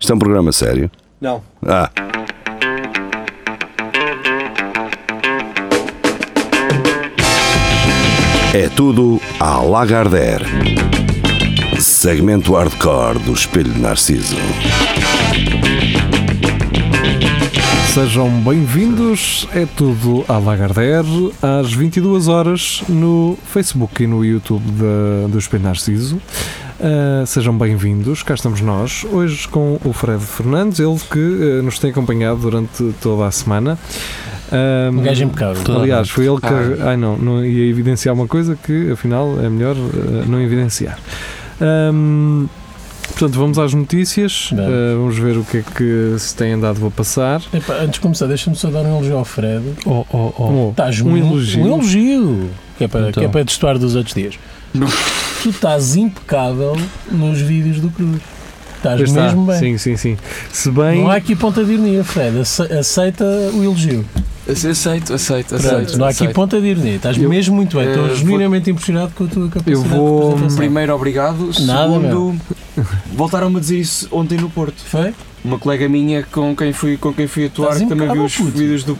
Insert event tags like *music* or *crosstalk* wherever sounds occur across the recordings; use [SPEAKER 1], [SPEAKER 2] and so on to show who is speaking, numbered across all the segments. [SPEAKER 1] Isto é um programa sério.
[SPEAKER 2] Não.
[SPEAKER 1] Ah, é tudo à Lagardère. Segmento hardcore do Espelho de Narciso.
[SPEAKER 3] Sejam bem-vindos, é tudo à Lagardère, às 22 horas no Facebook e no YouTube da- do Espelho Narciso. Ah, sejam bem-vindos, cá estamos nós, hoje com o Fred Fernandes, ele que eh, nos tem acompanhado durante toda a semana. Ah,
[SPEAKER 4] Um gajo impecável.
[SPEAKER 3] Aliás, foi ele que.
[SPEAKER 4] Ah.
[SPEAKER 3] Ai não, não ia evidenciar uma coisa que afinal é melhor eh, não evidenciar. Ahm, portanto, vamos às notícias,
[SPEAKER 4] Vamos.
[SPEAKER 3] eh, vamos ver o que é que se tem andado a passar.
[SPEAKER 4] Epá, antes de começar, deixa-me só dar um elogio ao Fred.
[SPEAKER 5] Oh, oh, oh.
[SPEAKER 3] Oh,
[SPEAKER 4] Estás
[SPEAKER 3] um elogio.
[SPEAKER 4] Um elogio. Que é para,
[SPEAKER 5] Então.
[SPEAKER 4] que é para destoar dos outros dias. tu estás impecável nos vídeos do Cruz. Estás
[SPEAKER 3] Pois está.
[SPEAKER 4] mesmo bem.
[SPEAKER 3] Sim, sim, sim. Se bem.
[SPEAKER 4] Não é há aqui ponta de ironia, Fred. Ace- Aceita o elogio.
[SPEAKER 5] Aceito, aceito,
[SPEAKER 4] Pronto,
[SPEAKER 5] aceito.
[SPEAKER 4] não há aqui
[SPEAKER 5] aceito.
[SPEAKER 4] ponta de ironia. Estás
[SPEAKER 5] Eu-
[SPEAKER 4] mesmo muito bem.
[SPEAKER 5] eh,
[SPEAKER 4] Estou
[SPEAKER 5] vou-
[SPEAKER 4] genuinamente impressionado com a tua capacidade
[SPEAKER 3] vou-
[SPEAKER 4] de apresentação.
[SPEAKER 5] Primeiro, obrigado.
[SPEAKER 4] Nada,
[SPEAKER 5] Segundo,
[SPEAKER 2] Voltaram-me a dizer isso ontem no Porto.
[SPEAKER 4] Foi?
[SPEAKER 5] uma colega minha com quem fui, com quem fui atuar,
[SPEAKER 4] Estás
[SPEAKER 5] que também viu os
[SPEAKER 4] impecável, puto.
[SPEAKER 5] vídeos do.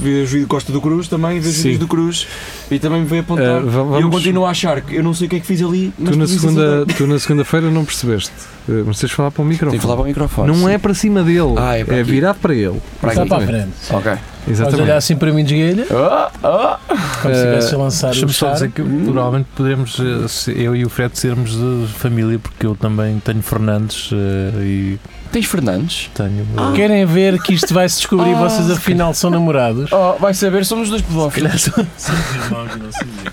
[SPEAKER 5] Viu os vídeos do Costa do Cruz também, viu os
[SPEAKER 3] Sim.
[SPEAKER 5] vídeos do Cruz e também me veio
[SPEAKER 3] eh,
[SPEAKER 4] tá.
[SPEAKER 5] apontar.
[SPEAKER 3] va-
[SPEAKER 5] e eu
[SPEAKER 3] vamos-
[SPEAKER 5] continuo a achar que eu não sei o que é que fiz ali, mas
[SPEAKER 3] tu na
[SPEAKER 5] fiz isso
[SPEAKER 3] segunda-
[SPEAKER 5] assim.
[SPEAKER 3] tu na segunda-feira não percebeste, eh, mas tens de falar para o
[SPEAKER 5] Tenho
[SPEAKER 3] microfone.
[SPEAKER 5] que falar para o microfone.
[SPEAKER 3] não
[SPEAKER 5] sim.
[SPEAKER 3] é Tá para cima dele,
[SPEAKER 5] Ah, é para
[SPEAKER 3] é
[SPEAKER 5] aqui.
[SPEAKER 3] virado para ele.
[SPEAKER 5] Para
[SPEAKER 4] Está
[SPEAKER 5] aqui.
[SPEAKER 4] para a frente.
[SPEAKER 5] Ok.
[SPEAKER 4] Estás a
[SPEAKER 3] Exatamente.
[SPEAKER 4] olhar assim para mim de esguelha,
[SPEAKER 5] Ah, ah.
[SPEAKER 4] como se
[SPEAKER 3] Eh,
[SPEAKER 4] estivesse a lançar o
[SPEAKER 6] Deixa-me só
[SPEAKER 4] char.
[SPEAKER 6] dizer que provavelmente podemos, eh, se- eu e o Fred, sermos de família, porque eu também tenho Fernandes eh, e
[SPEAKER 5] Tens Fernandes?
[SPEAKER 6] tenho. eh,
[SPEAKER 4] Querem ver que isto vai-se descobrir e
[SPEAKER 5] Ah.
[SPEAKER 4] vocês afinal são namorados? *laughs*
[SPEAKER 5] Oh, vai saber, somos dois pedófilos.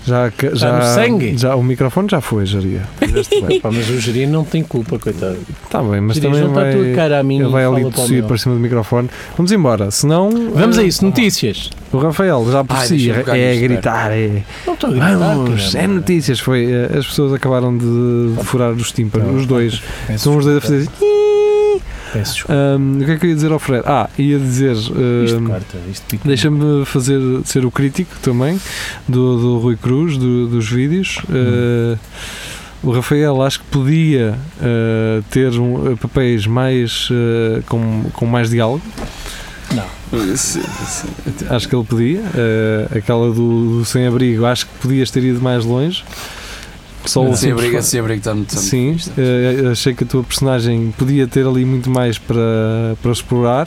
[SPEAKER 3] Já, que- já,
[SPEAKER 4] no sangue.
[SPEAKER 3] já o microfone já foi, Jaria. Fizeste bem.
[SPEAKER 4] Pá, mas o Jerino não tem culpa, coitado.
[SPEAKER 3] Está bem, mas
[SPEAKER 4] Jerino,
[SPEAKER 3] também
[SPEAKER 4] não está a tua
[SPEAKER 3] vai,
[SPEAKER 4] cara a mim.
[SPEAKER 3] ele
[SPEAKER 4] e
[SPEAKER 3] vai
[SPEAKER 4] fala
[SPEAKER 3] ali
[SPEAKER 4] para o
[SPEAKER 3] tossir
[SPEAKER 4] meu.
[SPEAKER 3] para cima do microfone. Vamos embora, senão.
[SPEAKER 4] Vamos a
[SPEAKER 3] eh,
[SPEAKER 4] isso, notícias.
[SPEAKER 3] O Rafael já por
[SPEAKER 5] Ai,
[SPEAKER 3] si
[SPEAKER 5] deixa eu
[SPEAKER 3] é,
[SPEAKER 5] pegar
[SPEAKER 3] é
[SPEAKER 5] nisto,
[SPEAKER 3] gritar, é.
[SPEAKER 4] Não estou a gritar,
[SPEAKER 3] Vamos,
[SPEAKER 4] caramba.
[SPEAKER 3] é notícias. Foi, eh, as pessoas acabaram de furar os tímpanos,
[SPEAKER 4] Não.
[SPEAKER 3] os dois.
[SPEAKER 4] Peço
[SPEAKER 3] São os dois a
[SPEAKER 4] desculpa,
[SPEAKER 3] fazer. assim,
[SPEAKER 4] Peço desculpa.
[SPEAKER 3] Ahm, o que é que eu ia dizer ao Fred? Ah, ia dizer.
[SPEAKER 4] Isto
[SPEAKER 3] ahm,
[SPEAKER 4] corta, isto pica.
[SPEAKER 3] Deixa-me fazer ser o crítico também do, do Rui Cruz, do- dos vídeos. Eh, o Rafael acho que podia eh, ter um, eh, papéis mais eh, com, com mais diálogo. Acho que ele podia. Eh, aquela do, do sem-abrigo, acho que podias ter ido mais longe. Só o
[SPEAKER 5] Sem é
[SPEAKER 3] simples
[SPEAKER 5] briga,
[SPEAKER 3] fa-
[SPEAKER 5] sem briga, está muito.
[SPEAKER 3] Sim, eh, achei que a tua personagem podia ter ali muito mais para, para explorar.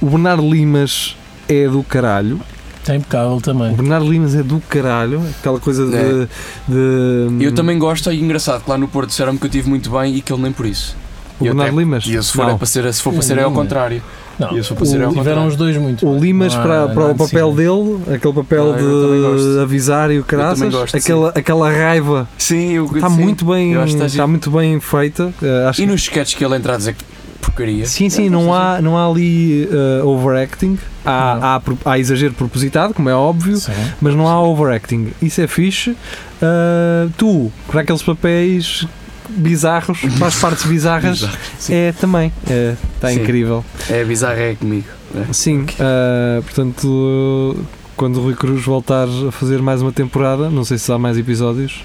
[SPEAKER 3] O Bernardo Limas é do caralho.
[SPEAKER 4] Está impecável
[SPEAKER 3] O
[SPEAKER 4] também.
[SPEAKER 3] Bernardo Limas é do caralho, aquela coisa de.
[SPEAKER 5] É.
[SPEAKER 3] de-
[SPEAKER 5] Eu também gosto, e é engraçado que lá no Porto disseram-me que eu tive muito bem e que ele nem por isso.
[SPEAKER 3] O
[SPEAKER 5] eu
[SPEAKER 3] Bernardo
[SPEAKER 5] até-
[SPEAKER 3] Limas.
[SPEAKER 5] E eu, se for,
[SPEAKER 3] Não.
[SPEAKER 5] é para ser, se for para ser é ao contrário.
[SPEAKER 4] Não,
[SPEAKER 5] E eu sou para ser ao
[SPEAKER 4] o- tiveram
[SPEAKER 5] contrário.
[SPEAKER 4] os dois muito.
[SPEAKER 3] O
[SPEAKER 4] bem.
[SPEAKER 3] Limas
[SPEAKER 6] Ah,
[SPEAKER 4] Não há-
[SPEAKER 3] para, para
[SPEAKER 4] não há
[SPEAKER 3] o papel dele, aquele papel
[SPEAKER 5] Ah, eu também
[SPEAKER 3] de
[SPEAKER 5] gosto.
[SPEAKER 3] avisar e o
[SPEAKER 5] também
[SPEAKER 3] caraças,
[SPEAKER 5] gosto,
[SPEAKER 3] aquela, aquela raiva
[SPEAKER 5] Sim, eu
[SPEAKER 3] está
[SPEAKER 5] sim.
[SPEAKER 3] Tá muito bem,
[SPEAKER 5] Eu acho que está
[SPEAKER 3] está
[SPEAKER 5] giro.
[SPEAKER 3] muito bem feita. eh, acho
[SPEAKER 5] E
[SPEAKER 3] que-
[SPEAKER 5] nos sketches que ele entra a dizer que porcaria.
[SPEAKER 3] Sim, sim, não há, não há ali eh, overacting,
[SPEAKER 4] Não.
[SPEAKER 3] há, há, pro- há exagero propositado, como é óbvio,
[SPEAKER 4] necessidade. Sim.
[SPEAKER 3] mas não há overacting. Isso é fixe. Ah, tu, para aqueles papéis bizarros,
[SPEAKER 5] *laughs*
[SPEAKER 3] para as partes bizarras,
[SPEAKER 5] sim.
[SPEAKER 3] é também. Está
[SPEAKER 5] Sim.
[SPEAKER 3] incrível.
[SPEAKER 5] É bizarro, é comigo.
[SPEAKER 3] Sim, ah, portanto, quando o Rui Cruz voltar a fazer mais uma temporada, não sei se há mais episódios,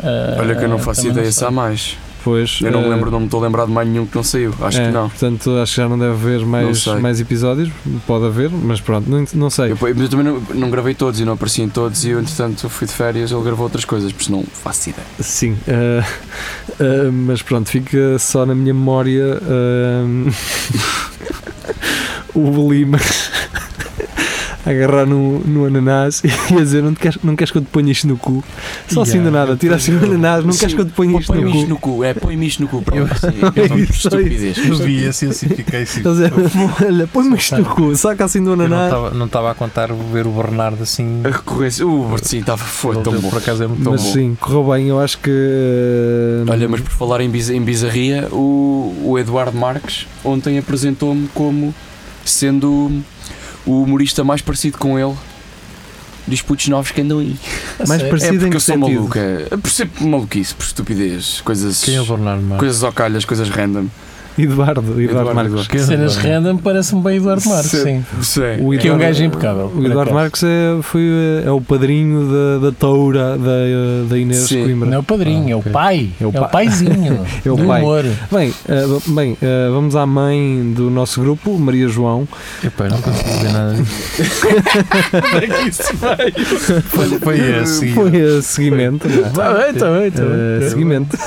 [SPEAKER 4] Ah,
[SPEAKER 5] Olha que eu não
[SPEAKER 6] É,
[SPEAKER 5] faço
[SPEAKER 4] também
[SPEAKER 5] ideia
[SPEAKER 4] não
[SPEAKER 5] se há mais.
[SPEAKER 3] pois.
[SPEAKER 5] Eu não me
[SPEAKER 3] ah,
[SPEAKER 5] lembro, não me estou a lembrar de mais nenhum que não saiu. Acho
[SPEAKER 3] é,
[SPEAKER 5] que não.
[SPEAKER 3] Portanto, acho que já não deve haver mais,
[SPEAKER 5] sei.
[SPEAKER 3] mais episódios. Pode haver, mas pronto, não, não sei.
[SPEAKER 5] Eu, eu também não, não gravei todos e não apareci em todos. E eu, entretanto, fui de férias. Ele gravou outras coisas, por isso não faço ideia.
[SPEAKER 3] Sim, ah, ah, mas pronto, fica só na minha memória ah, *laughs* o Lima *laughs* a agarrar no, no ananás e a dizer: não, te queres, não queres que eu te ponha isto no cu? Só assim de
[SPEAKER 4] Yeah,
[SPEAKER 3] nada, tira assim o ananás, não
[SPEAKER 5] Sim,
[SPEAKER 3] queres que eu te ponha isto no
[SPEAKER 5] Põe-me
[SPEAKER 3] cu?
[SPEAKER 5] isto no cu. É, põe-me isto no cu.
[SPEAKER 6] Eu-
[SPEAKER 5] Pronto, sim.
[SPEAKER 3] É
[SPEAKER 5] Eu sou um
[SPEAKER 3] isso aí.
[SPEAKER 5] estupidez.
[SPEAKER 6] Eu vi assim, assim, fiquei assim.
[SPEAKER 3] Estás a dizer, *laughs* Olha, põe-me isto no cu, saca assim do
[SPEAKER 6] Eu não
[SPEAKER 3] ananás.
[SPEAKER 6] estava- não estava a contar ver o Bernardo assim.
[SPEAKER 5] A recorrência. O Bertinho estava foi
[SPEAKER 6] Ele
[SPEAKER 5] tão
[SPEAKER 6] deu-
[SPEAKER 5] bom.
[SPEAKER 6] Por acaso é muito
[SPEAKER 3] Mas
[SPEAKER 6] bom.
[SPEAKER 3] sim, correu bem, eu acho que. ah,
[SPEAKER 5] Olha, mas por falar em, biz- em bizarria, o, o Eduardo Marques ontem apresentou-me como sendo o humorista mais parecido com ele dos putos novos que andam aí.
[SPEAKER 4] sei.
[SPEAKER 3] mais
[SPEAKER 4] A sério?
[SPEAKER 3] parecido-
[SPEAKER 5] é
[SPEAKER 3] em
[SPEAKER 5] porque
[SPEAKER 3] que
[SPEAKER 5] eu sou é,
[SPEAKER 3] sentido?
[SPEAKER 5] maluca. Por ser maluquice, por estupidez, coisas,
[SPEAKER 6] Quem é o Bernardo Marques?
[SPEAKER 5] coisas ocalhas, coisas random.
[SPEAKER 3] Eduardo, Eduardo,
[SPEAKER 5] Eduardo
[SPEAKER 3] Marques.
[SPEAKER 6] Que-
[SPEAKER 4] Cenas random parece-me bem Eduardo Marques, sim.
[SPEAKER 5] Sim.
[SPEAKER 3] O
[SPEAKER 4] Que é um
[SPEAKER 3] Eduardo-
[SPEAKER 4] gajo impecável.
[SPEAKER 3] O
[SPEAKER 4] por
[SPEAKER 3] Eduardo
[SPEAKER 4] acaso.
[SPEAKER 3] Marques é, foi, eh, é o padrinho da, da toura da, eh, da Inês
[SPEAKER 5] Sim.
[SPEAKER 3] Coimbra.
[SPEAKER 4] Não é o padrinho,
[SPEAKER 6] Ah,
[SPEAKER 4] é
[SPEAKER 6] ok.
[SPEAKER 4] o pai.
[SPEAKER 3] É
[SPEAKER 4] É
[SPEAKER 3] o
[SPEAKER 4] o,
[SPEAKER 3] pa-
[SPEAKER 6] *laughs*
[SPEAKER 4] paizinho.
[SPEAKER 3] É o
[SPEAKER 4] do
[SPEAKER 3] pai.
[SPEAKER 4] humor.
[SPEAKER 3] Bem, eh, bem eh, vamos à mãe do nosso grupo, Maria João.
[SPEAKER 6] Epá, não consigo ver nada disso.
[SPEAKER 5] *laughs*
[SPEAKER 6] Foi- Foi esse.
[SPEAKER 3] *laughs* Foi a seguimento. não é?
[SPEAKER 4] Tá bem, tá bem, tá
[SPEAKER 3] Eh,
[SPEAKER 4] bem.
[SPEAKER 3] seguimento.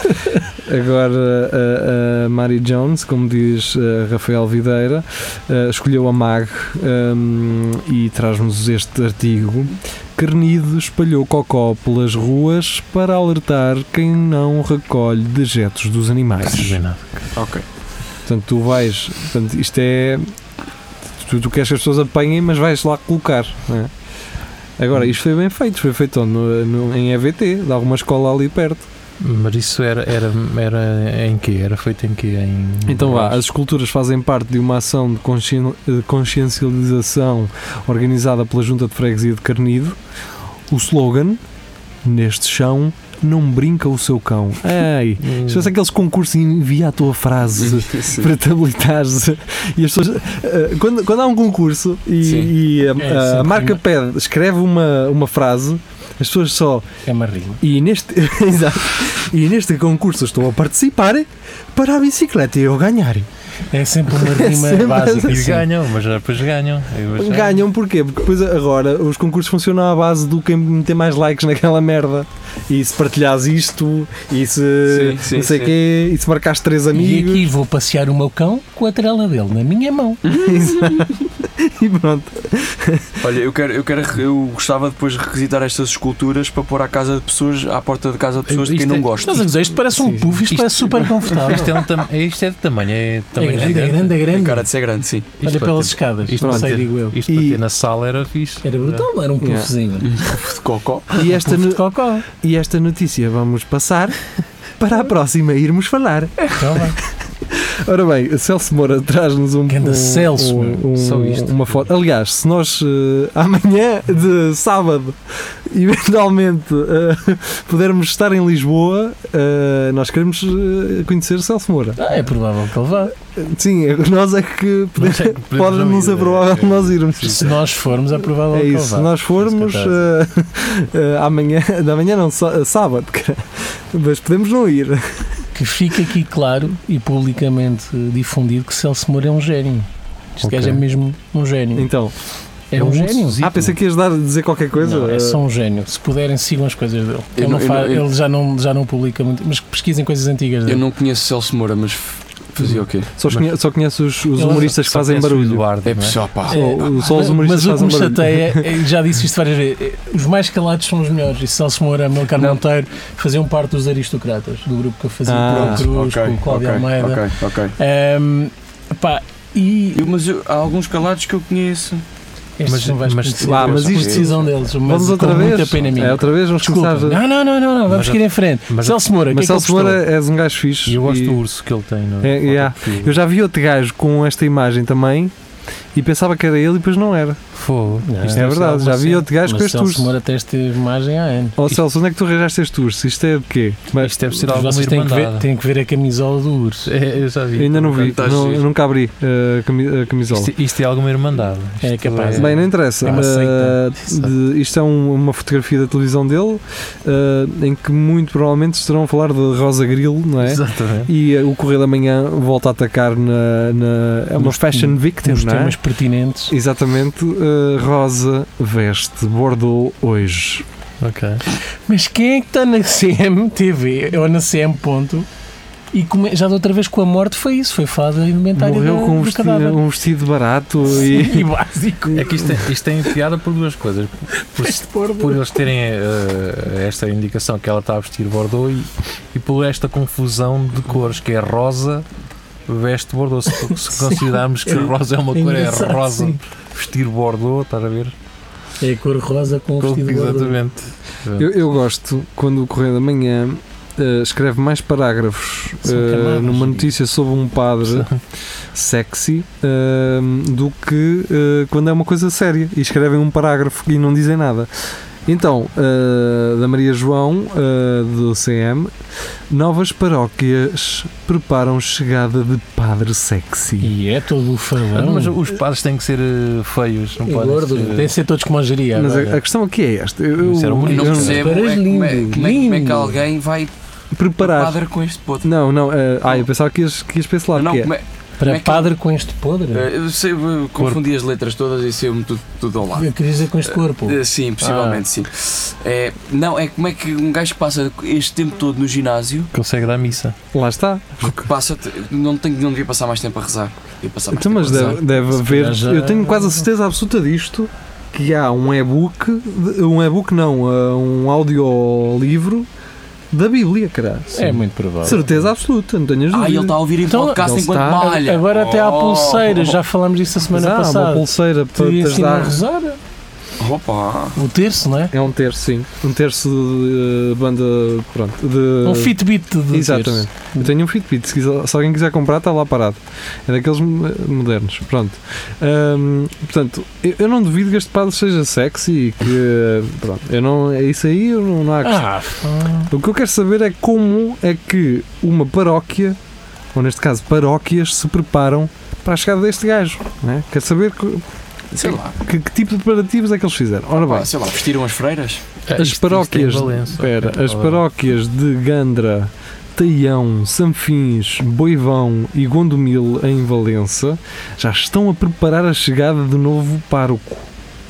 [SPEAKER 3] Agora a, a Mary Jones, como diz eh, Rafael Videira, eh, escolheu a MAG hum, e traz-nos este artigo. Carnido espalhou cocó pelas ruas para alertar quem não recolhe dejetos dos
[SPEAKER 6] Não consigo
[SPEAKER 3] animais.
[SPEAKER 6] ver nada.
[SPEAKER 5] Ok.
[SPEAKER 3] Portanto, tu vais. Portanto, isto é. Tu, tu queres que as pessoas apanhem, mas vais lá colocar. não é? Agora, isto foi bem feito. Foi feito onde? no, no- em EVT, de alguma escola ali perto.
[SPEAKER 6] Mas isso era, era, era em quê? Era feito em quê? Em...
[SPEAKER 3] Então vá, as esculturas fazem parte de uma ação de conscien- eh, consciencialização organizada pela Junta de Freguesia de Carnido. O slogan, neste chão, não brinca o seu cão. Ei,
[SPEAKER 6] Hum.
[SPEAKER 3] se fosse aqueles concursos e envia a tua frase *laughs* para te habilitares e as pessoas, eh, quando, quando há um concurso
[SPEAKER 5] Sim.
[SPEAKER 3] e, e a,
[SPEAKER 4] É,
[SPEAKER 3] a
[SPEAKER 4] sempre
[SPEAKER 3] marca
[SPEAKER 4] uma-
[SPEAKER 3] pede, escreve uma, uma frase, as pessoas só
[SPEAKER 4] É marrinho.
[SPEAKER 3] e neste, *laughs* exato, e neste concurso estou a participar para a bicicleta e eu ganhar.
[SPEAKER 4] É sempre
[SPEAKER 6] *laughs*
[SPEAKER 4] uma
[SPEAKER 3] É
[SPEAKER 4] rima
[SPEAKER 3] sempre
[SPEAKER 4] básica.
[SPEAKER 6] E
[SPEAKER 4] sim.
[SPEAKER 6] ganham, mas já depois ganham. E depois
[SPEAKER 5] é.
[SPEAKER 6] já-
[SPEAKER 3] Ganham porquê? Porque depois agora os concursos funcionam à base do quem tem mais likes naquela merda. E se partilhares isto, e se
[SPEAKER 5] Sim, sim,
[SPEAKER 3] não sei
[SPEAKER 5] sim.
[SPEAKER 3] quê, e se marcares três
[SPEAKER 4] E
[SPEAKER 3] *laughs* amigos,
[SPEAKER 4] aqui vou passear o meu cão com a trela dele na minha mão.
[SPEAKER 3] e pronto.
[SPEAKER 5] Olha, eu quero, eu quero, eu gostava depois de requisitar estas esculturas para pôr à casa de pessoas, à porta de casa de pessoas de quem
[SPEAKER 6] Isto
[SPEAKER 5] não
[SPEAKER 6] é-
[SPEAKER 5] gosta.
[SPEAKER 4] Estás a dizer, isto parece um
[SPEAKER 6] Sim, sim.
[SPEAKER 4] puff, isto,
[SPEAKER 6] Isto-
[SPEAKER 4] parece super confortável.
[SPEAKER 6] Isto é, um tam... isto é de tamanho, é de
[SPEAKER 4] é
[SPEAKER 6] tamanho
[SPEAKER 4] grande, é
[SPEAKER 6] gigante.
[SPEAKER 4] grande, é grande.
[SPEAKER 5] Tem cara de ser grande, sim.
[SPEAKER 6] Isto
[SPEAKER 4] Olha
[SPEAKER 6] para
[SPEAKER 4] pelas
[SPEAKER 6] ter-
[SPEAKER 4] escadas,
[SPEAKER 6] isto
[SPEAKER 4] não
[SPEAKER 6] para
[SPEAKER 4] sei,
[SPEAKER 6] ter-
[SPEAKER 4] digo eu.
[SPEAKER 6] Isto
[SPEAKER 3] E-
[SPEAKER 6] para ter na sala era fixe.
[SPEAKER 4] Era brutal, era um
[SPEAKER 3] Yeah.
[SPEAKER 4] puffzinho.
[SPEAKER 5] De cocó.
[SPEAKER 3] E esta,
[SPEAKER 4] Puff
[SPEAKER 3] no-
[SPEAKER 4] de cocó.
[SPEAKER 3] e esta notícia vamos passar para a próxima irmos falar.
[SPEAKER 4] Então vai.
[SPEAKER 3] *laughs* Ora bem, Celso Moura traz-nos um,
[SPEAKER 4] Ganda
[SPEAKER 3] um-
[SPEAKER 4] Celso,
[SPEAKER 3] um-
[SPEAKER 4] meu.
[SPEAKER 3] um-
[SPEAKER 6] Só isto.
[SPEAKER 3] uma foto. Aliás, se nós eh, amanhã de sábado *laughs* eventualmente eh, pudermos estar em Lisboa, eh, nós queremos eh, conhecer Celso Moura.
[SPEAKER 4] Ah, é provável que ele vá.
[SPEAKER 3] Sim, é- nós é que podemos,
[SPEAKER 6] Não sei, podemos
[SPEAKER 3] pode
[SPEAKER 6] não
[SPEAKER 3] não
[SPEAKER 6] ir,
[SPEAKER 3] ser
[SPEAKER 6] é-
[SPEAKER 3] provável
[SPEAKER 6] é-
[SPEAKER 3] nós irmos.
[SPEAKER 4] Se nós formos, é provável
[SPEAKER 3] É
[SPEAKER 4] que ele
[SPEAKER 3] isso, se
[SPEAKER 4] vá.
[SPEAKER 3] nós formos
[SPEAKER 6] Isso
[SPEAKER 3] eh, *laughs* eh, amanhã, da manhã não, sá- sábado, *laughs* cara. mas podemos não ir.
[SPEAKER 4] Que fica aqui claro e publicamente difundido que Celso Moura é um gênio. Este
[SPEAKER 6] Ok.
[SPEAKER 4] gajo é mesmo um gênio.
[SPEAKER 3] Então,
[SPEAKER 4] É um gênio.
[SPEAKER 3] ah, pensei que ias dar, dizer qualquer coisa.
[SPEAKER 4] Não, é
[SPEAKER 3] Eh,
[SPEAKER 4] só um gênio. Se puderem, sigam as coisas dele.
[SPEAKER 5] Eu
[SPEAKER 4] Ele,
[SPEAKER 5] não-
[SPEAKER 4] não
[SPEAKER 5] eu
[SPEAKER 4] faz-
[SPEAKER 5] não- eu-
[SPEAKER 4] ele já, não, já não publica muito, mas pesquisem coisas antigas
[SPEAKER 5] Eu
[SPEAKER 4] dele.
[SPEAKER 5] não conheço Celso Moura, mas f- fazia o quê?
[SPEAKER 3] Só os conhe- só conheço os, os
[SPEAKER 4] Ele-
[SPEAKER 3] humoristas que
[SPEAKER 6] Só
[SPEAKER 3] fazem
[SPEAKER 6] conheces o
[SPEAKER 3] barulho.
[SPEAKER 6] Eduardo,
[SPEAKER 5] É
[SPEAKER 6] não é?
[SPEAKER 5] só pá.
[SPEAKER 3] Só-
[SPEAKER 4] É,
[SPEAKER 3] só os
[SPEAKER 4] mas
[SPEAKER 3] humoristas
[SPEAKER 4] o que me
[SPEAKER 3] fazem barulho.
[SPEAKER 4] chateia,
[SPEAKER 3] *laughs*
[SPEAKER 4] é- já disse isto várias vezes, é- os mais calados são os melhores. E Celso Moura, Melcar
[SPEAKER 5] Não.
[SPEAKER 4] Monteiro faziam parte dos aristocratas, do grupo que eu fazia
[SPEAKER 3] Ah,
[SPEAKER 4] com o Cruz,
[SPEAKER 5] Ok,
[SPEAKER 4] com o Cláudio
[SPEAKER 5] ok,
[SPEAKER 4] Almeida.
[SPEAKER 5] Ok, ok.
[SPEAKER 4] Ahm, pá, e
[SPEAKER 5] Eu- mas eu- há alguns calados que eu conheço.
[SPEAKER 4] estes
[SPEAKER 6] Mas-
[SPEAKER 4] não vais
[SPEAKER 6] mas-
[SPEAKER 4] conhecer,
[SPEAKER 3] vá, mas
[SPEAKER 4] por
[SPEAKER 3] isto-
[SPEAKER 4] decisão deles, mas
[SPEAKER 3] Vamos outra
[SPEAKER 4] com
[SPEAKER 3] vez?
[SPEAKER 4] muita pena minha.
[SPEAKER 3] É, outra vez vamos
[SPEAKER 4] Desculpa.
[SPEAKER 3] começar.
[SPEAKER 4] Não, não, não, não, não, vamos
[SPEAKER 6] Mas-
[SPEAKER 4] seguir em frente.
[SPEAKER 6] mas-
[SPEAKER 4] Celso Moura, o que
[SPEAKER 3] Mas
[SPEAKER 4] é que ele
[SPEAKER 3] Celso
[SPEAKER 4] gostou?
[SPEAKER 3] Moura és um gajo fixe.
[SPEAKER 6] E eu gosto
[SPEAKER 3] e-
[SPEAKER 6] do urso que ele tem no
[SPEAKER 3] É, yeah.
[SPEAKER 6] fotoperfil.
[SPEAKER 3] Eu já vi outro gajo com esta imagem também e pensava que era ele e depois não era.
[SPEAKER 4] Ah,
[SPEAKER 6] Fogo.
[SPEAKER 3] é
[SPEAKER 6] Isto
[SPEAKER 4] Não,
[SPEAKER 6] deve ser
[SPEAKER 3] verdade,
[SPEAKER 6] alguma
[SPEAKER 3] já vi
[SPEAKER 6] cena.
[SPEAKER 3] outro gajo
[SPEAKER 4] Mas
[SPEAKER 3] com este
[SPEAKER 4] Celso
[SPEAKER 3] urso.
[SPEAKER 4] Moura tem esta imagem há anos.
[SPEAKER 3] Oh Celso, onde é que tu arranjaste este urso? Isto é de quê? Mas
[SPEAKER 6] Isto deve ser
[SPEAKER 4] Mas
[SPEAKER 6] alguma
[SPEAKER 4] Vocês têm que, ver,
[SPEAKER 6] irmandade.
[SPEAKER 4] têm que ver a camisola do urso.
[SPEAKER 6] É, eu já vi.
[SPEAKER 3] ainda
[SPEAKER 4] um
[SPEAKER 3] não vi,
[SPEAKER 5] Tá
[SPEAKER 3] não-
[SPEAKER 5] giro.
[SPEAKER 3] nunca abri eh, cami- a camisola.
[SPEAKER 6] Isto, isto é alguma irmandade. Isto
[SPEAKER 4] É capaz.
[SPEAKER 3] Bem, não interessa.
[SPEAKER 4] É uma
[SPEAKER 3] Eh,
[SPEAKER 4] seita.
[SPEAKER 3] de- isto é um- uma fotografia da televisão dele eh, em que muito provavelmente estarão a falar de Rosa Grilo, não é?
[SPEAKER 6] Exatamente.
[SPEAKER 3] E eh, o Correio da Manhã volta a atacar na. na- é uma
[SPEAKER 4] Nos-
[SPEAKER 3] fashion victim,
[SPEAKER 4] Temos
[SPEAKER 3] não é?
[SPEAKER 4] temas pertinentes.
[SPEAKER 3] Exatamente. eh, Rosa veste Bordeaux hoje.
[SPEAKER 6] Ok.
[SPEAKER 4] Mas quem é que está na CMTV ou na CM. Ponto, e come- já da outra vez com a morte foi isso, foi fada alimentária
[SPEAKER 3] Morreu
[SPEAKER 4] do,
[SPEAKER 3] com um
[SPEAKER 4] do
[SPEAKER 3] vestido,
[SPEAKER 4] cadáver.
[SPEAKER 3] um vestido barato e.
[SPEAKER 4] E básico.
[SPEAKER 6] É que isto, tem- isto tem piada por duas coisas. Por,
[SPEAKER 4] Este porco.
[SPEAKER 6] por eles terem eh, esta indicação que ela está a vestir Bordeaux e, e por esta confusão de cores que é rosa veste Bordeaux. Se,
[SPEAKER 3] *laughs*
[SPEAKER 6] se considerarmos que
[SPEAKER 4] É
[SPEAKER 6] rosa é uma cor, é
[SPEAKER 4] engraçado,
[SPEAKER 6] rosa
[SPEAKER 4] sim.
[SPEAKER 6] vestir Bordeaux, estás a ver?
[SPEAKER 4] É a cor rosa com o vestido gordo.
[SPEAKER 6] Exatamente.
[SPEAKER 3] Eu, eu gosto quando o Correio da Manhã eh, escreve mais parágrafos
[SPEAKER 4] São
[SPEAKER 3] eh,
[SPEAKER 4] camadas.
[SPEAKER 3] numa notícia sobre um padre sexy eh, do que eh, quando é uma coisa séria e escrevem um parágrafo e não dizem nada. Então, ah, da Maria João, ah, do CM, novas paróquias preparam chegada de padre sexy.
[SPEAKER 4] E é todo o
[SPEAKER 6] Ah,
[SPEAKER 4] fadão.
[SPEAKER 6] Mas os padres têm que ser eh, feios, não
[SPEAKER 4] E
[SPEAKER 6] podem
[SPEAKER 4] gordo,
[SPEAKER 6] ser.
[SPEAKER 4] tem de ser todos como a geria.
[SPEAKER 3] Mas
[SPEAKER 4] agora. um
[SPEAKER 3] a, a questão aqui é esta. Eu,
[SPEAKER 6] Isso era
[SPEAKER 3] eu-
[SPEAKER 6] bonito.
[SPEAKER 5] Não
[SPEAKER 3] eu-
[SPEAKER 5] percebo como é,
[SPEAKER 4] Parece
[SPEAKER 5] como, é,
[SPEAKER 4] lindo,
[SPEAKER 5] como é- como é que
[SPEAKER 4] lindo.
[SPEAKER 5] alguém vai
[SPEAKER 4] é?
[SPEAKER 3] preparar.
[SPEAKER 5] padre com este podre.
[SPEAKER 3] Não, não. ah, ah, eu pensava que ias, que ias para esse lado.
[SPEAKER 5] Não,
[SPEAKER 3] que é.
[SPEAKER 5] como é-
[SPEAKER 4] Para
[SPEAKER 5] como é que-
[SPEAKER 4] padre com este podre?
[SPEAKER 5] eh, eu sei, eu confundi as letras todas e saiu-me tudo, tudo ao lado.
[SPEAKER 4] Eu queria dizer com este corpo.
[SPEAKER 5] Eh, Sim, possivelmente
[SPEAKER 4] Ah.
[SPEAKER 5] sim. É, não, é como é que um gajo que passa este tempo todo no ginásio,
[SPEAKER 6] Consegue dar missa.
[SPEAKER 3] Lá está.
[SPEAKER 5] que passa, não, tem, não devia passar mais tempo a rezar. Devia
[SPEAKER 4] Tá
[SPEAKER 5] passar mais
[SPEAKER 3] Então,
[SPEAKER 5] tempo
[SPEAKER 3] mas
[SPEAKER 5] a rezar.
[SPEAKER 3] deve, deve
[SPEAKER 4] Se
[SPEAKER 3] haver.
[SPEAKER 4] calhar já-
[SPEAKER 3] Eu tenho quase a certeza absoluta disto que há um e-book, de- um e-book não, ah, um audiolivro da Bíblia, cara.
[SPEAKER 4] É muito provável.
[SPEAKER 3] Certeza absoluta, não tenhas dúvida.
[SPEAKER 5] Ah, ele está a ouvir em
[SPEAKER 4] Então,
[SPEAKER 5] podcast
[SPEAKER 3] ele
[SPEAKER 5] enquanto
[SPEAKER 3] está-
[SPEAKER 5] malha.
[SPEAKER 4] Agora até há
[SPEAKER 5] Oh.
[SPEAKER 4] pulseiras, já falámos disso a
[SPEAKER 3] Mas
[SPEAKER 4] semana
[SPEAKER 3] há Ah, uma
[SPEAKER 4] passada.
[SPEAKER 3] pulseira
[SPEAKER 4] Te
[SPEAKER 3] para te
[SPEAKER 4] ensinar a
[SPEAKER 3] ajudar.
[SPEAKER 4] rezar?
[SPEAKER 5] Opa!
[SPEAKER 4] O terço, não é?
[SPEAKER 3] É um terço, sim. Um terço de eh, banda. Pronto. De...
[SPEAKER 4] Um Fitbit de terço.
[SPEAKER 3] Exatamente. Eu tenho um Fitbit. Se, quiser- se alguém quiser comprar, está lá parado. É daqueles mo- modernos. Pronto. Hum, portanto, eu, eu não duvido que este padre seja sexy e que. eh, Pronto. Eu não, é isso aí, eu não, não há questão.
[SPEAKER 4] Ah,
[SPEAKER 3] O que eu quero saber é como é que uma paróquia, ou neste caso paróquias, se preparam para a chegada deste gajo. Né? Quero saber que,
[SPEAKER 5] Sei lá,
[SPEAKER 3] que- que tipo de preparativos é que eles fizeram. Ora bem.
[SPEAKER 5] pá, sei lá, vestiram as freiras?
[SPEAKER 6] Ah,
[SPEAKER 3] As
[SPEAKER 6] isto- isto
[SPEAKER 3] paróquias-
[SPEAKER 6] é em Valença.
[SPEAKER 3] Espera,
[SPEAKER 6] Ok,
[SPEAKER 3] as
[SPEAKER 6] tá bem.
[SPEAKER 3] paróquias de Gandra, Taião, Sanfins, Boivão e Gondomil, em Valença, já estão a preparar a chegada do novo pároco.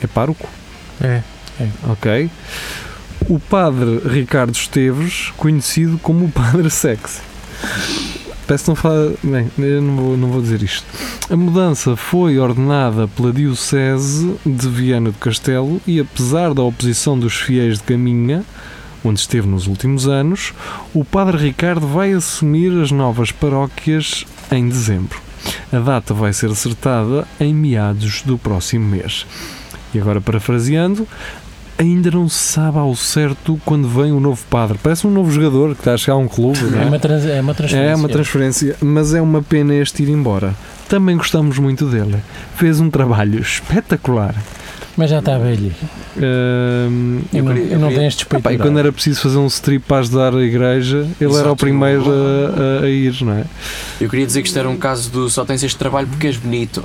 [SPEAKER 3] É pároco?
[SPEAKER 6] É.
[SPEAKER 3] Ok. O padre Ricardo Esteves, conhecido como o Padre Sexy. Parece que não fala. Bem, eu não vou, não vou dizer isto. A mudança foi ordenada pela Diocese de Viana do Castelo e, apesar da oposição dos fiéis de Caminha, onde esteve nos últimos anos, o Padre Ricardo vai assumir as novas paróquias em dezembro. A data vai ser acertada em meados do próximo mês. E agora, parafraseando, ainda não se sabe ao certo quando vem o novo padre. Parece um novo jogador que está a chegar a um clube. não
[SPEAKER 4] é
[SPEAKER 3] é?
[SPEAKER 4] uma, trans, é uma transferência.
[SPEAKER 3] É uma transferência, mas é uma pena este ir embora. Também gostamos muito dele. Fez um trabalho espetacular.
[SPEAKER 4] Mas já está velho.
[SPEAKER 3] Ahm,
[SPEAKER 4] E não,
[SPEAKER 5] queria-
[SPEAKER 4] e não
[SPEAKER 5] eu
[SPEAKER 4] tem este
[SPEAKER 3] ah, pá, e quando era preciso fazer um strip para ajudar a igreja, ele era o
[SPEAKER 5] Exato.
[SPEAKER 3] primeiro a, a- a ir, não é?
[SPEAKER 5] Eu queria dizer que isto era um caso do só tens este trabalho porque és bonito.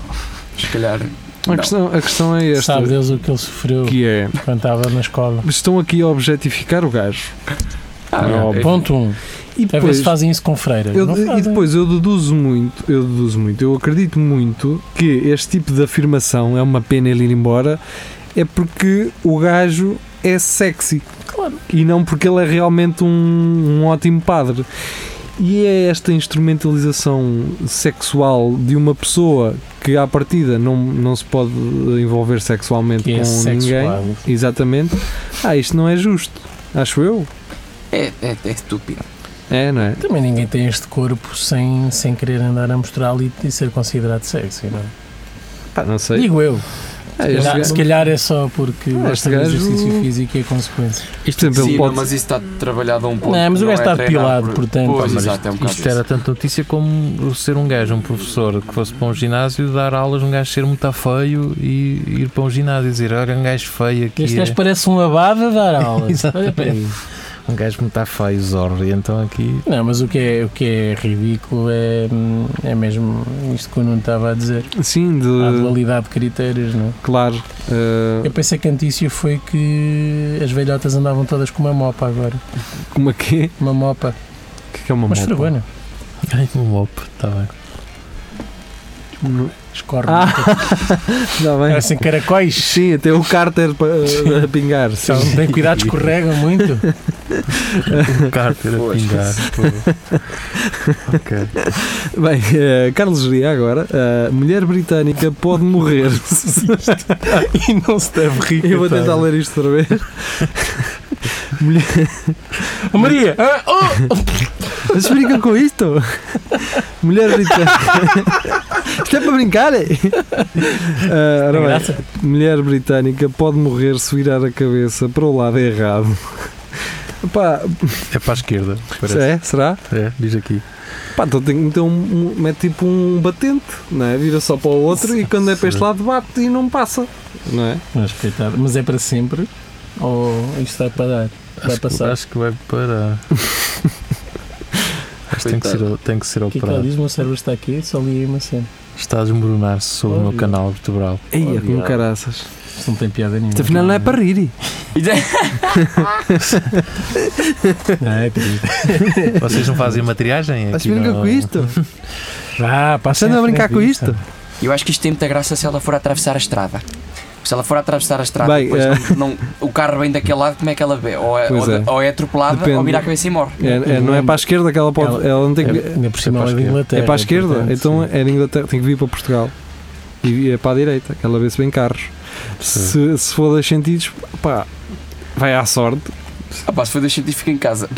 [SPEAKER 5] Se calhar.
[SPEAKER 3] A
[SPEAKER 5] Não.
[SPEAKER 3] questão, a questão é esta,
[SPEAKER 4] Sabe Deus o que ele sofreu
[SPEAKER 3] que é,
[SPEAKER 4] quando estava na escola.
[SPEAKER 3] estão aqui a objetificar o gajo.
[SPEAKER 5] Ah,
[SPEAKER 3] É óbvio.
[SPEAKER 4] Ponto 1. Um.
[SPEAKER 3] E
[SPEAKER 4] A ver
[SPEAKER 3] depois,
[SPEAKER 4] se fazem isso com freiras.
[SPEAKER 3] eu-
[SPEAKER 4] Não
[SPEAKER 3] e
[SPEAKER 4] fazem.
[SPEAKER 3] depois eu deduzo muito, eu deduzo muito, eu acredito muito que este tipo de afirmação é uma pena ele ir embora, é porque o gajo é sexy.
[SPEAKER 4] Claro.
[SPEAKER 3] E não porque ele é realmente um, um ótimo padre. E é esta instrumentalização sexual de uma pessoa que à partida não, não se pode envolver sexualmente
[SPEAKER 4] que
[SPEAKER 3] com
[SPEAKER 4] é
[SPEAKER 3] ninguém.
[SPEAKER 4] sexual.
[SPEAKER 3] Exatamente. Ah, isto não é justo. Acho eu.
[SPEAKER 5] É, é, é estúpido.
[SPEAKER 3] É, não é?
[SPEAKER 4] Também ninguém tem este corpo sem, sem querer andar a mostrá-lo e, e ser considerado sexy, não é?
[SPEAKER 3] Pá, não sei.
[SPEAKER 4] Digo eu.
[SPEAKER 3] Ah,
[SPEAKER 4] Se
[SPEAKER 3] este
[SPEAKER 4] calhar,
[SPEAKER 3] gajo-
[SPEAKER 4] se calhar é só porque
[SPEAKER 3] Ah, este
[SPEAKER 4] gosta de
[SPEAKER 3] gajo-
[SPEAKER 4] exercício físico e é consequência.
[SPEAKER 3] Isto sempre
[SPEAKER 4] é
[SPEAKER 5] Sim,
[SPEAKER 3] ele pode.
[SPEAKER 5] não, mas isso está trabalhado a um ponto.
[SPEAKER 4] Não, mas o gajo
[SPEAKER 5] é
[SPEAKER 4] está
[SPEAKER 5] treinado
[SPEAKER 4] depilado, portanto.
[SPEAKER 5] Pois,
[SPEAKER 6] Pá, mas
[SPEAKER 5] exato, é um bocado
[SPEAKER 6] Isto era tanto notícia como ser um gajo, um professor que fosse para um ginásio dar aulas, um gajo ser muito feio e ir para um ginásio e dizer, olha, um gajo feio aqui.
[SPEAKER 4] Este
[SPEAKER 6] é-
[SPEAKER 4] gajo parece um abado a dar
[SPEAKER 3] *laughs*
[SPEAKER 4] aulas.
[SPEAKER 6] Exatamente.
[SPEAKER 4] Olha para ele.
[SPEAKER 6] Um gajo muito feio, Zorro. E então aqui.
[SPEAKER 4] Não, mas o que é, o que é ridículo é, hum, é mesmo isto que o Nuno estava a dizer.
[SPEAKER 3] Sim, de.
[SPEAKER 4] Há dualidade Ah, de critérios, não é?
[SPEAKER 3] Claro. eh,
[SPEAKER 4] Eu pensei que a notícia foi que as velhotas andavam todas com uma mopa agora.
[SPEAKER 3] como é que é?
[SPEAKER 4] Uma mopa.
[SPEAKER 3] O que é uma
[SPEAKER 4] Mas
[SPEAKER 3] mopa?
[SPEAKER 4] fragona.
[SPEAKER 6] *laughs* Ai, um mop, está bem. *laughs*
[SPEAKER 4] Escorre.
[SPEAKER 3] Ah, Está bem.
[SPEAKER 4] Parecem caracóis.
[SPEAKER 3] *laughs* Sim, até o cárter pa- eh, a pingar.
[SPEAKER 4] Só
[SPEAKER 3] sim.
[SPEAKER 4] não tem cuidado, escorregam muito.
[SPEAKER 6] O cárter a
[SPEAKER 5] Pois.
[SPEAKER 6] *laughs* pingar. pô. ok.
[SPEAKER 3] Bem, eh, Carlos Geria agora. eh, mulher britânica pode morrer.
[SPEAKER 4] e não se deve rir.
[SPEAKER 3] Eu vou tentar ler isto outra vez. Mulher...
[SPEAKER 4] Oh, Maria! Ah, oh!
[SPEAKER 3] Vocês brincam com isto? Mulher britânica. Isto é para brincar? é? Eh, ora
[SPEAKER 4] Tem
[SPEAKER 3] bem,
[SPEAKER 4] graça.
[SPEAKER 3] mulher britânica pode morrer se virar a cabeça para o lado errado. Pá,
[SPEAKER 6] É para a esquerda, parece.
[SPEAKER 3] é? Será?
[SPEAKER 6] É, diz aqui.
[SPEAKER 3] Pá, então tem que meter um, um- mete tipo um batente, não é? Vira só para o outro e quando é para este lado bate e não passa, não é?
[SPEAKER 4] Mas, coitado, mas é para sempre. Ou isto vai para dar? Vai
[SPEAKER 6] Acho que-
[SPEAKER 4] passar.
[SPEAKER 6] Acho que vai parar. Acho que tem que ser, tem que ser
[SPEAKER 4] O que é que ela
[SPEAKER 6] operado.
[SPEAKER 4] diz? O meu cérebro está aqui, só li aí uma cena.
[SPEAKER 6] Está a desmoronar-se sobre o meu
[SPEAKER 4] Olha.
[SPEAKER 6] canal vertebral.
[SPEAKER 3] Ei, é
[SPEAKER 4] Oh,
[SPEAKER 3] como
[SPEAKER 4] diabo.
[SPEAKER 3] caraças.
[SPEAKER 4] Isto não tem piada nenhuma.
[SPEAKER 3] Isto afinal não é para rir.
[SPEAKER 4] Não, é triste.
[SPEAKER 6] Vocês não fazem matriagem?
[SPEAKER 3] Vais
[SPEAKER 6] Aqui
[SPEAKER 3] brincar
[SPEAKER 6] não.
[SPEAKER 3] é com isto?
[SPEAKER 4] Vá, passa
[SPEAKER 3] Estás a brincar com
[SPEAKER 4] entrevista.
[SPEAKER 3] isto?
[SPEAKER 5] Eu acho que isto tem muita graça se ela for atravessar a estrada. Se ela for atravessar a estrada,
[SPEAKER 3] Bem,
[SPEAKER 5] depois
[SPEAKER 3] eh,
[SPEAKER 5] não- não- o carro vem daquele lado, como é que ela vê? Ou é,
[SPEAKER 3] Pois
[SPEAKER 5] ou de-
[SPEAKER 3] é.
[SPEAKER 5] ou é atropelada,
[SPEAKER 3] Depende.
[SPEAKER 5] ou vira a cabeça e morre.
[SPEAKER 3] É- é- não é para a esquerda que ela pode. Ela,
[SPEAKER 4] Ela-
[SPEAKER 3] não tem que-
[SPEAKER 4] É, ainda por cima
[SPEAKER 6] para
[SPEAKER 4] ela é
[SPEAKER 6] a
[SPEAKER 4] de
[SPEAKER 6] esquerda.
[SPEAKER 4] Inglaterra.
[SPEAKER 3] É para a esquerda,
[SPEAKER 4] portanto,
[SPEAKER 3] então
[SPEAKER 4] sim.
[SPEAKER 3] é na Inglaterra, tem que vir para Portugal. E é para a direita, que ela vê se bem carros. Se, se for dois sentidos, pá, vai à sorte.
[SPEAKER 5] Ah, pá, se for deixar fica em casa.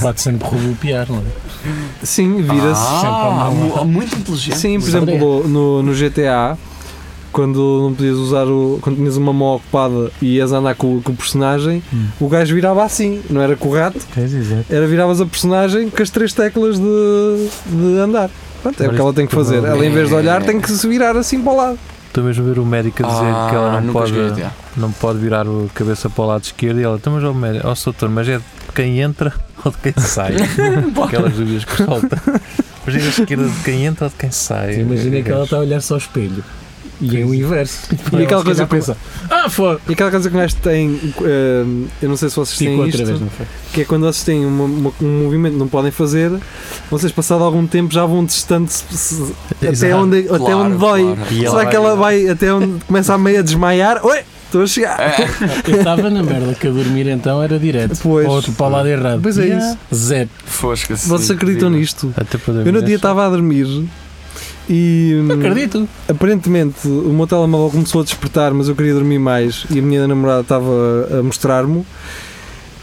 [SPEAKER 4] Pode sempre rodopiar, não é?
[SPEAKER 3] Sim, vira-se.
[SPEAKER 5] Ah, mu- muito inteligente.
[SPEAKER 3] Sim, por exemplo, no, no GTA, quando não podias usar o. quando tinhas uma mão ocupada e ias andar com, com o personagem,
[SPEAKER 4] Hum.
[SPEAKER 3] o gajo virava assim, não era com o rato, era viravas a personagem com as três teclas de, de andar. Pronto, é o que ela tem que fazer. Ela em vez de olhar tem que se virar assim para o lado.
[SPEAKER 6] Estou mesmo a ver o médico a dizer
[SPEAKER 5] Ah,
[SPEAKER 6] que ela não
[SPEAKER 5] nunca
[SPEAKER 6] pode,
[SPEAKER 5] joguei GTA.
[SPEAKER 6] não pode virar a cabeça para o lado esquerdo e ela, então, mas ó, médico, ó, doutor, mas é de quem entra ou de quem
[SPEAKER 5] *laughs*
[SPEAKER 6] sai? Aquelas dúvidas que solta. Mas é da esquerda de quem entra ou de quem sai?
[SPEAKER 4] Imagina
[SPEAKER 3] é
[SPEAKER 4] que ela tá- está a olhar só ao espelho. E é o inverso.
[SPEAKER 3] *laughs* E aquela
[SPEAKER 4] Ela
[SPEAKER 3] coisa
[SPEAKER 4] se calhar pensa, ah, foda!
[SPEAKER 3] E aquela coisa que nós tem, eh, eu não sei se vocês
[SPEAKER 4] Ficou
[SPEAKER 3] têm
[SPEAKER 4] outra vez,
[SPEAKER 3] isto,
[SPEAKER 4] não foi?
[SPEAKER 3] que é quando vocês têm uma- uma- um movimento que não podem fazer, vocês passado algum tempo já vão testando se- se- até,
[SPEAKER 6] Exato.
[SPEAKER 3] onde, até
[SPEAKER 5] um
[SPEAKER 3] onde dói.
[SPEAKER 6] E
[SPEAKER 3] Será
[SPEAKER 6] ela
[SPEAKER 3] que ela vai até onde começa a meio a desmaiar? Oi, estou a chegar.
[SPEAKER 6] É,
[SPEAKER 4] Eu estava na merda que a dormir então era direto.
[SPEAKER 3] Pois.
[SPEAKER 4] Ou para o lado errado.
[SPEAKER 3] Pois é
[SPEAKER 4] Yeah. Zero.
[SPEAKER 5] Fosca-se.
[SPEAKER 3] Vocês acreditam nisto?
[SPEAKER 6] Até para
[SPEAKER 3] Eu no dia estava a dormir e
[SPEAKER 4] Não
[SPEAKER 3] hum,
[SPEAKER 4] acredito.
[SPEAKER 3] aparentemente o meu telemóvel começou a despertar, mas eu queria dormir mais e a minha namorada estava a mostrar-me.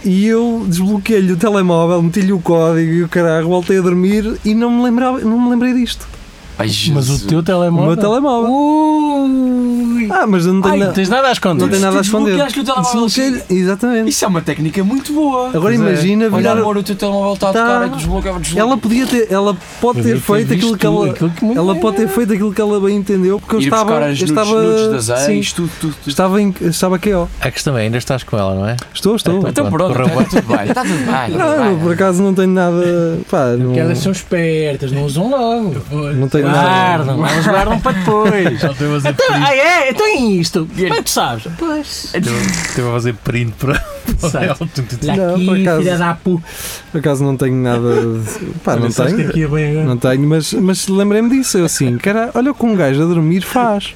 [SPEAKER 3] E eu desbloqueei-lhe o telemóvel, meti-lhe o código e o caralho, voltei a dormir e não me, lembrava, não me lembrei disto.
[SPEAKER 5] Ai,
[SPEAKER 4] Mas
[SPEAKER 5] Jesus.
[SPEAKER 4] o teu
[SPEAKER 3] O meu
[SPEAKER 4] telemóvel.
[SPEAKER 3] telemóvel.
[SPEAKER 4] Ui.
[SPEAKER 3] Ah, mas eu não tenho
[SPEAKER 4] Ai, não
[SPEAKER 3] nada.
[SPEAKER 4] tens nada a esconder.
[SPEAKER 3] Não tem nada a esconder.
[SPEAKER 5] Desbloqueaste o telemóvel.
[SPEAKER 3] Desbloqueei-lhe, exatamente.
[SPEAKER 5] Isso é uma técnica muito boa.
[SPEAKER 3] Agora
[SPEAKER 6] Pois é.
[SPEAKER 3] imagina
[SPEAKER 5] Olha,
[SPEAKER 3] virar.
[SPEAKER 5] amor, o teu telemóvel está a
[SPEAKER 3] Tá.
[SPEAKER 5] tocar, é que desbloqueava, desbloqueava.
[SPEAKER 3] Ela podia ter, ela pode
[SPEAKER 4] Eu
[SPEAKER 3] ter
[SPEAKER 4] devia
[SPEAKER 3] feito
[SPEAKER 4] visto
[SPEAKER 3] aquilo que
[SPEAKER 4] tudo,
[SPEAKER 3] ela.
[SPEAKER 4] aquilo que é. me-
[SPEAKER 3] Ela pode ter feito aquilo que ela bem entendeu, porque eu
[SPEAKER 5] Ir
[SPEAKER 3] estava.
[SPEAKER 5] buscar
[SPEAKER 3] eu
[SPEAKER 5] as nudes,
[SPEAKER 3] estava
[SPEAKER 5] nudes das
[SPEAKER 3] sim,
[SPEAKER 5] ex, tudo, tudo, tudo.
[SPEAKER 3] estava em. Estava aqui, ó.
[SPEAKER 6] A questão é, ainda estás com ela, não é?
[SPEAKER 3] Estou, estou.
[SPEAKER 5] Então
[SPEAKER 6] Pronto,
[SPEAKER 5] pronto,
[SPEAKER 6] correu
[SPEAKER 5] está tudo bem, está
[SPEAKER 3] *laughs*
[SPEAKER 5] tudo bem.
[SPEAKER 3] Não, eu, por acaso não tenho nada. Pá, não,
[SPEAKER 4] Porque elas são espertas, não usam logo.
[SPEAKER 3] não tenho nada.
[SPEAKER 4] Guardam,
[SPEAKER 3] *laughs*
[SPEAKER 4] elas guardam
[SPEAKER 5] um
[SPEAKER 4] para depois.
[SPEAKER 6] Já estou a fazer
[SPEAKER 4] Então, ah, é? Então é isto.
[SPEAKER 5] E ele-
[SPEAKER 4] Mas tu sabes. Pois.
[SPEAKER 6] Estou a fazer print para para
[SPEAKER 3] *laughs*
[SPEAKER 6] ela.
[SPEAKER 3] Não,
[SPEAKER 4] Não,
[SPEAKER 3] por
[SPEAKER 4] aqui,
[SPEAKER 3] acaso.
[SPEAKER 4] filha da pu.
[SPEAKER 3] Por acaso não tenho nada. de- Pá, não
[SPEAKER 4] Olha, sabes que
[SPEAKER 3] tenho.
[SPEAKER 4] aqui é bem agora.
[SPEAKER 3] Não tenho, mas, mas lembrei-me disso. Eu assim, cara, olha o que um gajo a dormir faz,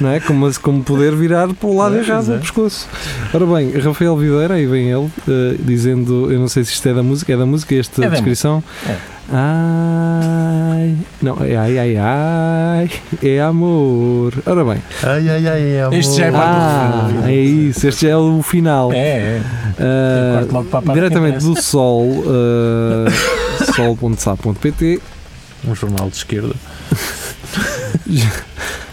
[SPEAKER 3] não é? Como, como poder virar para o lado
[SPEAKER 4] Pois
[SPEAKER 3] errado
[SPEAKER 4] é.
[SPEAKER 3] do pescoço. Ora bem, Rafael Videira, aí vem ele, eh, dizendo: Eu não sei se isto é da música, é da música esta
[SPEAKER 4] É da
[SPEAKER 3] descrição.
[SPEAKER 4] É.
[SPEAKER 3] Ai, não, é ai, ai, ai, é amor. Ora bem,
[SPEAKER 6] Ai, ai, ai, amor.
[SPEAKER 4] Este já é para-
[SPEAKER 3] ah, é isso, este é o final.
[SPEAKER 4] É, é.
[SPEAKER 3] Ah,
[SPEAKER 4] Eu corto logo para a parte que
[SPEAKER 3] diretamente do
[SPEAKER 4] interessa.
[SPEAKER 3] Sol, ah, *laughs* sol.sa.pt,
[SPEAKER 6] Um jornal de esquerda.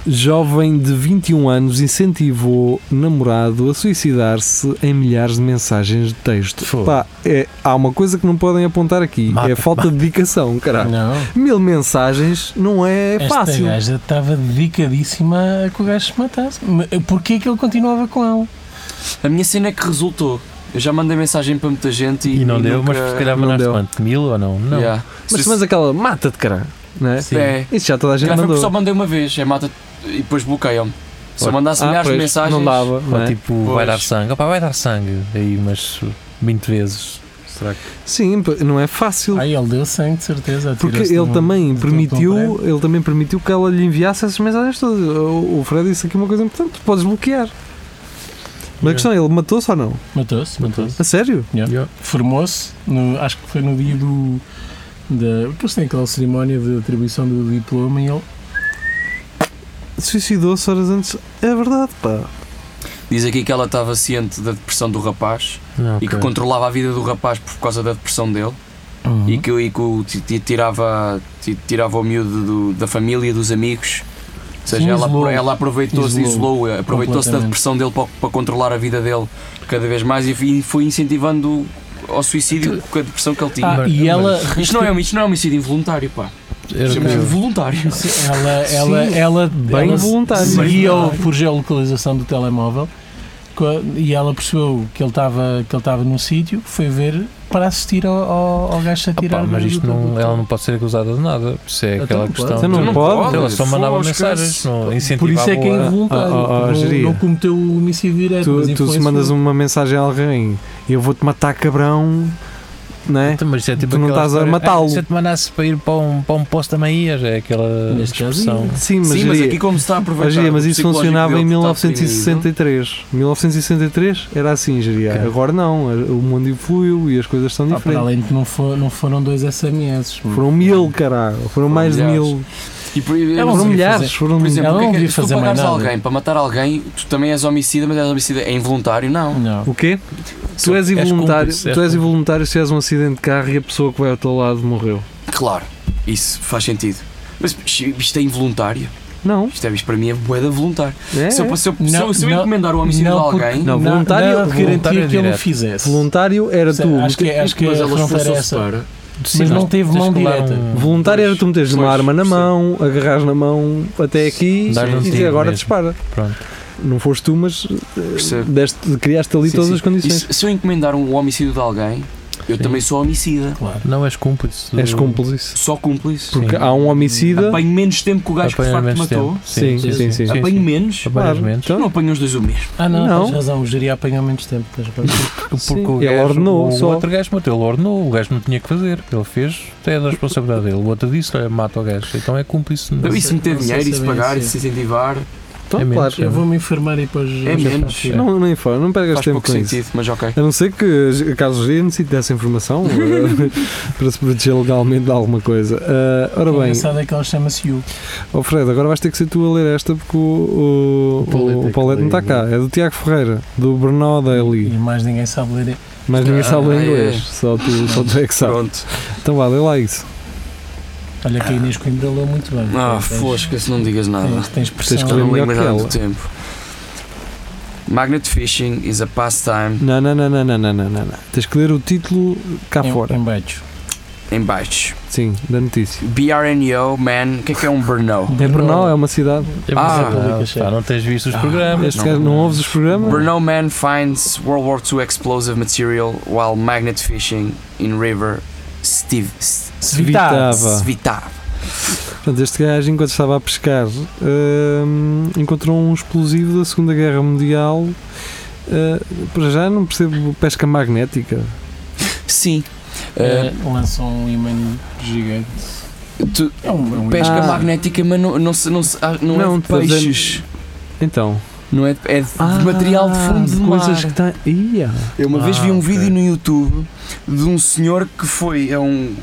[SPEAKER 3] Jovem de 21 anos incentivou namorado a suicidar-se em milhares de mensagens de texto.
[SPEAKER 6] Fogo.
[SPEAKER 3] Pá, é, há uma coisa que não podem apontar aqui:
[SPEAKER 6] Mata,
[SPEAKER 3] é a falta de dedicação, caralho.
[SPEAKER 4] Não.
[SPEAKER 3] Mil mensagens não Tá. é
[SPEAKER 4] Esta
[SPEAKER 3] fácil.
[SPEAKER 4] gaja estava dedicadíssima a que o gajo se matasse. Ma- Porquê que ele continuava com ela?
[SPEAKER 5] A minha cena é que resultou. Eu já mandei mensagem para muita gente e.
[SPEAKER 6] E não
[SPEAKER 5] e
[SPEAKER 6] deu,
[SPEAKER 5] nunca-
[SPEAKER 6] mas se calhar
[SPEAKER 3] não
[SPEAKER 6] mandaste
[SPEAKER 3] deu.
[SPEAKER 6] quanto? Mil ou não? Não.
[SPEAKER 5] Yeah.
[SPEAKER 3] Mas,
[SPEAKER 5] Se-
[SPEAKER 3] mas aquela mata-te, caralho. Não é?
[SPEAKER 6] Sim.
[SPEAKER 5] É.
[SPEAKER 3] Isso já toda a
[SPEAKER 5] Se
[SPEAKER 3] gente
[SPEAKER 5] calhar foi porque só mandei
[SPEAKER 3] mandou.
[SPEAKER 5] uma vez, é mata e depois bloqueiam-me. Se eu
[SPEAKER 6] Olha.
[SPEAKER 5] mandasse
[SPEAKER 3] Ah,
[SPEAKER 5] milhares de
[SPEAKER 3] pois,
[SPEAKER 5] mensagens.
[SPEAKER 3] não dava.
[SPEAKER 6] Ou
[SPEAKER 3] Não é?
[SPEAKER 6] tipo, vai
[SPEAKER 5] Pois.
[SPEAKER 6] dar sangue. Opa, vai dar sangue. Aí, mas 20 vezes. Será que.
[SPEAKER 3] Sim, pá, não é fácil.
[SPEAKER 4] Aí ele deu sangue, de certeza.
[SPEAKER 3] Porque
[SPEAKER 4] atirou-se
[SPEAKER 3] ele
[SPEAKER 6] um
[SPEAKER 4] num-
[SPEAKER 3] também,
[SPEAKER 4] num
[SPEAKER 3] permitiu,
[SPEAKER 4] prédio.
[SPEAKER 3] ele também permitiu que ela lhe enviasse essas mensagens todas. O o Fred disse aqui uma coisa importante: tu podes bloquear. Mas a
[SPEAKER 6] É.
[SPEAKER 3] questão é: ele matou-se ou não?
[SPEAKER 4] Matou-se, matou-se.
[SPEAKER 3] A sério?
[SPEAKER 4] Formou-se, no- acho que foi no dia do. Da, depois tem aquela cerimónia de atribuição do diploma e ele.
[SPEAKER 3] Suicidou-se horas antes. É verdade, pá.
[SPEAKER 5] Diz aqui que ela estava ciente da depressão do rapaz
[SPEAKER 6] Não,
[SPEAKER 5] e que
[SPEAKER 6] ok.
[SPEAKER 5] controlava a vida do rapaz por causa da depressão dele
[SPEAKER 3] Uhum.
[SPEAKER 5] e que, e que o ti- ti- tirava, ti- tirava o miúdo do- da família, dos amigos. Ou seja,
[SPEAKER 4] Sim,
[SPEAKER 5] ela,
[SPEAKER 4] isolou.
[SPEAKER 5] ela aproveitou-se,
[SPEAKER 4] Isolou.
[SPEAKER 5] isolou, aproveitou-se da
[SPEAKER 4] Completamente.
[SPEAKER 5] depressão dele para, para controlar a vida dele cada vez mais e fi- foi incentivando ao suicídio com a depressão que ele tinha.
[SPEAKER 4] Ah, e ela.
[SPEAKER 5] Isto não, é, um- isto não é um homicídio involuntário, pá.
[SPEAKER 6] Era o que
[SPEAKER 5] Chamamos
[SPEAKER 6] eu-
[SPEAKER 5] voluntário.
[SPEAKER 4] Ela, ela,
[SPEAKER 3] Sim,
[SPEAKER 4] ela,
[SPEAKER 3] bem
[SPEAKER 4] ela
[SPEAKER 3] voluntário.
[SPEAKER 4] seguia por geolocalização do telemóvel co- e ela percebeu que ele estava que ele estava num sítio, foi ver para assistir ao, ao, ao gajo a
[SPEAKER 6] Ah,
[SPEAKER 4] tirar
[SPEAKER 6] pá,
[SPEAKER 4] o
[SPEAKER 6] mas
[SPEAKER 4] do-
[SPEAKER 6] isto
[SPEAKER 4] do-
[SPEAKER 6] não,
[SPEAKER 4] do-
[SPEAKER 6] ela não pode ser acusada de nada. Isso é
[SPEAKER 4] Então
[SPEAKER 6] aquela
[SPEAKER 4] não pode.
[SPEAKER 6] questão.
[SPEAKER 3] Você não
[SPEAKER 6] Ela
[SPEAKER 5] Então
[SPEAKER 3] pode?
[SPEAKER 6] Ela só mandava mensagens, não
[SPEAKER 4] Por
[SPEAKER 6] incentivava
[SPEAKER 4] isso é que é
[SPEAKER 6] a-
[SPEAKER 4] involuntário.
[SPEAKER 3] Ah, ah, ah,
[SPEAKER 4] não-
[SPEAKER 3] geria.
[SPEAKER 4] não, cometeu o homicídio
[SPEAKER 5] É,
[SPEAKER 4] direto.
[SPEAKER 3] Tu,
[SPEAKER 4] mas
[SPEAKER 3] tu se
[SPEAKER 4] influenciou.
[SPEAKER 3] mandas um uma mensagem a alguém, eu vou-te matar, cabrão, não é?
[SPEAKER 6] Então, mas isso é tipo
[SPEAKER 3] Tu não
[SPEAKER 6] aquela
[SPEAKER 3] estás a
[SPEAKER 6] história,
[SPEAKER 3] matá-lo.
[SPEAKER 6] "Ah, Se eu te mandasse para ir para um, para um posto também ias, é aquela
[SPEAKER 4] Neste caso,
[SPEAKER 6] expressão.
[SPEAKER 3] Sim, mas,
[SPEAKER 5] Sim, mas
[SPEAKER 3] diria-
[SPEAKER 5] aqui como se está a aproveitar.
[SPEAKER 3] Mas, é, mas
[SPEAKER 5] do
[SPEAKER 3] isso
[SPEAKER 5] psicológico
[SPEAKER 3] funcionava
[SPEAKER 5] dele
[SPEAKER 3] em
[SPEAKER 5] que está
[SPEAKER 3] 1963. 1963 era assim, geria.
[SPEAKER 6] Ok.
[SPEAKER 3] Agora não. O mundo evoluiu e as coisas são
[SPEAKER 4] Ah, para
[SPEAKER 3] diferentes.
[SPEAKER 4] além de que não, for- não foram dois SMS.
[SPEAKER 3] Foram mil, caralho. Foram, mais de
[SPEAKER 5] milhares.
[SPEAKER 3] mil.
[SPEAKER 5] E por, Tipo, eu não
[SPEAKER 3] Foram
[SPEAKER 5] sei,
[SPEAKER 3] milhares. Foram
[SPEAKER 5] Por exemplo,
[SPEAKER 4] Ela
[SPEAKER 5] o que é
[SPEAKER 4] não
[SPEAKER 5] que-
[SPEAKER 4] devia
[SPEAKER 5] se tu
[SPEAKER 4] fazer mais
[SPEAKER 5] pagares
[SPEAKER 4] nada.
[SPEAKER 5] alguém para matar alguém, tu também és homicida, mas és homicida é involuntário? Não.
[SPEAKER 4] Não.
[SPEAKER 3] O quê? Tu és,
[SPEAKER 6] és
[SPEAKER 3] involuntário,
[SPEAKER 6] cúmplice,
[SPEAKER 5] é.
[SPEAKER 6] és
[SPEAKER 3] tu és involuntário se és um acidente de carro e a pessoa que vai ao teu lado morreu.
[SPEAKER 5] Claro, isso faz sentido. Mas isto é involuntário.
[SPEAKER 3] Não.
[SPEAKER 5] Isto, é, isto para mim é boeda voluntário.
[SPEAKER 3] É.
[SPEAKER 5] Se eu, se eu, se eu-
[SPEAKER 4] Não,
[SPEAKER 5] se eu
[SPEAKER 4] não,
[SPEAKER 5] encomendar o homicídio de
[SPEAKER 4] não, porque-
[SPEAKER 5] alguém,
[SPEAKER 3] Não, voluntário-
[SPEAKER 4] nada de garantia
[SPEAKER 6] voluntário
[SPEAKER 4] que ele o
[SPEAKER 6] direto.
[SPEAKER 4] fizesse.
[SPEAKER 3] Voluntário era
[SPEAKER 5] é,
[SPEAKER 3] tu.
[SPEAKER 4] Acho que, acho que
[SPEAKER 5] mas
[SPEAKER 4] a
[SPEAKER 5] ela
[SPEAKER 4] fronteira é
[SPEAKER 5] esforçou-se
[SPEAKER 4] essa.
[SPEAKER 5] para.
[SPEAKER 4] Mas não teve
[SPEAKER 6] tens
[SPEAKER 4] mão
[SPEAKER 6] que colar
[SPEAKER 4] direta.
[SPEAKER 6] um-
[SPEAKER 3] Voluntário era tu meteres uma
[SPEAKER 5] é. Pois,
[SPEAKER 3] arma na
[SPEAKER 5] percebo.
[SPEAKER 3] mão, agarrares na mão até aqui
[SPEAKER 6] Dar um
[SPEAKER 3] e
[SPEAKER 6] tiro
[SPEAKER 3] agora
[SPEAKER 6] mesmo.
[SPEAKER 3] dispara.
[SPEAKER 6] Pronto.
[SPEAKER 3] Não foste tu, mas eh,
[SPEAKER 5] Percebo.
[SPEAKER 3] deste, criaste ali
[SPEAKER 5] Sim,
[SPEAKER 3] todas
[SPEAKER 5] sim.
[SPEAKER 3] as condições.
[SPEAKER 5] E se, se eu encomendar um homicídio de alguém, eu
[SPEAKER 6] Sim.
[SPEAKER 5] também sou homicida.
[SPEAKER 6] Não és cúmplice. do-
[SPEAKER 3] És cúmplice.
[SPEAKER 5] Só cúmplice.
[SPEAKER 3] Porque
[SPEAKER 6] Sim.
[SPEAKER 3] há um homicida.
[SPEAKER 5] Apanho menos tempo que o gajo que de facto
[SPEAKER 6] Apanhas menos
[SPEAKER 5] matou.
[SPEAKER 6] tempo.
[SPEAKER 3] Sim, sim, sim. sim.
[SPEAKER 5] Apanho menos.
[SPEAKER 6] Apanhas
[SPEAKER 3] Claro.
[SPEAKER 6] menos.
[SPEAKER 4] Então?
[SPEAKER 5] Eu não apanho os dois o mesmo.
[SPEAKER 4] Ah, não,
[SPEAKER 3] Não.
[SPEAKER 4] tens razão. O geria apanha menos tempo. Tens razão.
[SPEAKER 6] Porque
[SPEAKER 3] Sim,
[SPEAKER 6] o
[SPEAKER 3] ele
[SPEAKER 6] gajo-
[SPEAKER 3] ordenou
[SPEAKER 6] o
[SPEAKER 3] só.
[SPEAKER 6] outro gajo matou, ele ordenou, o gajo não tinha que fazer. Ele fez, é da responsabilidade dele. O outro disse, olha, mata o gajo. Então é cúmplice.
[SPEAKER 5] Então,
[SPEAKER 6] Não.
[SPEAKER 5] isso meter
[SPEAKER 4] não sei é
[SPEAKER 5] dinheiro, isso
[SPEAKER 4] saber
[SPEAKER 5] pagar,
[SPEAKER 4] isso.
[SPEAKER 5] isso incentivar,
[SPEAKER 3] Então,
[SPEAKER 6] É menos,
[SPEAKER 3] claro.
[SPEAKER 4] Eu vou-me informar e depois.
[SPEAKER 5] É menos.
[SPEAKER 3] Não, nem fora, não percas
[SPEAKER 5] faz
[SPEAKER 3] tempo
[SPEAKER 5] pouco
[SPEAKER 3] com isso.
[SPEAKER 5] sentido, mas ok.
[SPEAKER 3] A não ser que Carlos G necessite dessa informação eh, *laughs* para se proteger legalmente de alguma coisa. Ah, ora
[SPEAKER 4] O
[SPEAKER 3] bem,
[SPEAKER 4] engraçado é que ela chama-se You.
[SPEAKER 3] oh Fred, agora vais ter que ser tu a ler esta porque o, o,
[SPEAKER 6] O Paulete
[SPEAKER 3] o- o
[SPEAKER 6] é que
[SPEAKER 3] Paulete não está
[SPEAKER 6] lê.
[SPEAKER 3] cá. É do Tiago Ferreira, do Bernal
[SPEAKER 4] E
[SPEAKER 3] Daily.
[SPEAKER 4] mais ninguém sabe ler.
[SPEAKER 3] Mas ninguém sabe ler
[SPEAKER 5] Ah,
[SPEAKER 3] inglês,
[SPEAKER 5] é.
[SPEAKER 3] só, tu, só tu é que sabes.
[SPEAKER 5] Pronto.
[SPEAKER 3] Então vá, lê lá isso.
[SPEAKER 4] Olha que a Inês Coimbra leu muito bem.
[SPEAKER 5] Ah,
[SPEAKER 4] Tens-
[SPEAKER 5] fosca, se não digas nada.
[SPEAKER 4] Tens,
[SPEAKER 3] Tens
[SPEAKER 4] tens pressão.
[SPEAKER 3] que
[SPEAKER 5] Eu
[SPEAKER 3] ler.
[SPEAKER 5] não
[SPEAKER 3] melhor
[SPEAKER 5] lembro
[SPEAKER 3] que
[SPEAKER 5] nada
[SPEAKER 3] ela.
[SPEAKER 5] do tempo. Magnet fishing is a pastime
[SPEAKER 3] Não, não, não, não, não, não, não, não. Tens que ler o título cá
[SPEAKER 4] em,
[SPEAKER 3] fora.
[SPEAKER 4] em baixo.
[SPEAKER 5] em baixo.
[SPEAKER 3] Sim, da notícia.
[SPEAKER 5] BRNO, man, o que é que é um burnout?
[SPEAKER 3] É Bernal é uma cidade.
[SPEAKER 6] É
[SPEAKER 5] Ah,
[SPEAKER 6] verdade.
[SPEAKER 4] ah,
[SPEAKER 6] Pá, não tens visto os programas.
[SPEAKER 3] Este
[SPEAKER 5] não,
[SPEAKER 3] gajo não é.
[SPEAKER 5] não.
[SPEAKER 3] ouves os programas?
[SPEAKER 5] Burnout man finds World War II explosive material while magnet fishing in river Steve,
[SPEAKER 3] Svitava.
[SPEAKER 5] Svitava.
[SPEAKER 3] Portanto, este gajo, enquanto estava a pescar, hum, encontrou um explosivo da Segunda Guerra Mundial. Uh, para já não percebo pesca magnética.
[SPEAKER 5] Sim.
[SPEAKER 4] É, lançam um imã gigante.
[SPEAKER 5] Uh, Eh, tu-
[SPEAKER 4] É um, é um
[SPEAKER 5] pesca
[SPEAKER 3] Ah.
[SPEAKER 5] magnética, mas não, não, se- não, se- ah, não,
[SPEAKER 3] Não,
[SPEAKER 5] é de
[SPEAKER 3] estou a dizer-
[SPEAKER 5] peixes.
[SPEAKER 3] Então.
[SPEAKER 5] Não é de, é de
[SPEAKER 3] Ah,
[SPEAKER 5] material de fundo de mar.
[SPEAKER 3] coisas que tá- Ia.
[SPEAKER 5] Eu uma
[SPEAKER 6] Ah,
[SPEAKER 5] vez vi um
[SPEAKER 6] ok.
[SPEAKER 5] vídeo no YouTube de um senhor que foi a um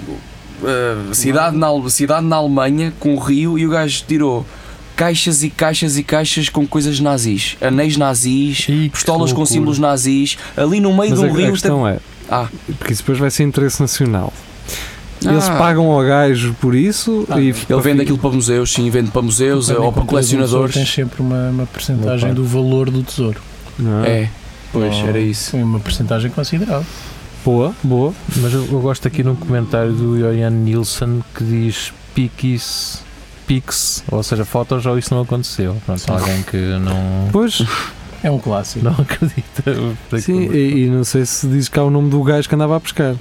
[SPEAKER 5] uh, cidade, na, Ale- cidade na Alemanha com um rio e o gajo tirou caixas e caixas e caixas com coisas nazis, anéis nazis,
[SPEAKER 6] Ih, que
[SPEAKER 5] pistolas com
[SPEAKER 6] loucura.
[SPEAKER 5] símbolos nazis, ali no meio
[SPEAKER 3] Mas
[SPEAKER 5] de
[SPEAKER 3] a,
[SPEAKER 5] um
[SPEAKER 3] a
[SPEAKER 5] rio.
[SPEAKER 3] questão é.
[SPEAKER 5] Ah.
[SPEAKER 3] Porque isso depois vai ser interesse nacional.
[SPEAKER 5] Ah.
[SPEAKER 3] é, Eles pagam ao gajo por isso
[SPEAKER 4] Ah,
[SPEAKER 3] e
[SPEAKER 5] Ele vende aquilo para museus, sim, vende para museus é,
[SPEAKER 4] Quando
[SPEAKER 5] ou para
[SPEAKER 4] encontras um tesouro,
[SPEAKER 5] colecionadores.
[SPEAKER 4] Tens sempre uma, uma percentagem do valor do tesouro.
[SPEAKER 3] Não é?
[SPEAKER 5] É, pois,
[SPEAKER 4] Não.
[SPEAKER 5] era isso.
[SPEAKER 4] Sim, uma percentagem considerável.
[SPEAKER 3] Boa, boa.
[SPEAKER 6] Mas eu, eu gosto aqui num comentário do Iorian Nilsson que diz piquis, pics, ou seja, fotos ou isso não aconteceu. Pronto, alguém que não,
[SPEAKER 3] Pois,
[SPEAKER 4] É um clássico.
[SPEAKER 6] não *laughs* acredita.
[SPEAKER 3] sim,
[SPEAKER 5] é
[SPEAKER 3] e, e não sei se diz cá o nome do gajo que andava a pescar.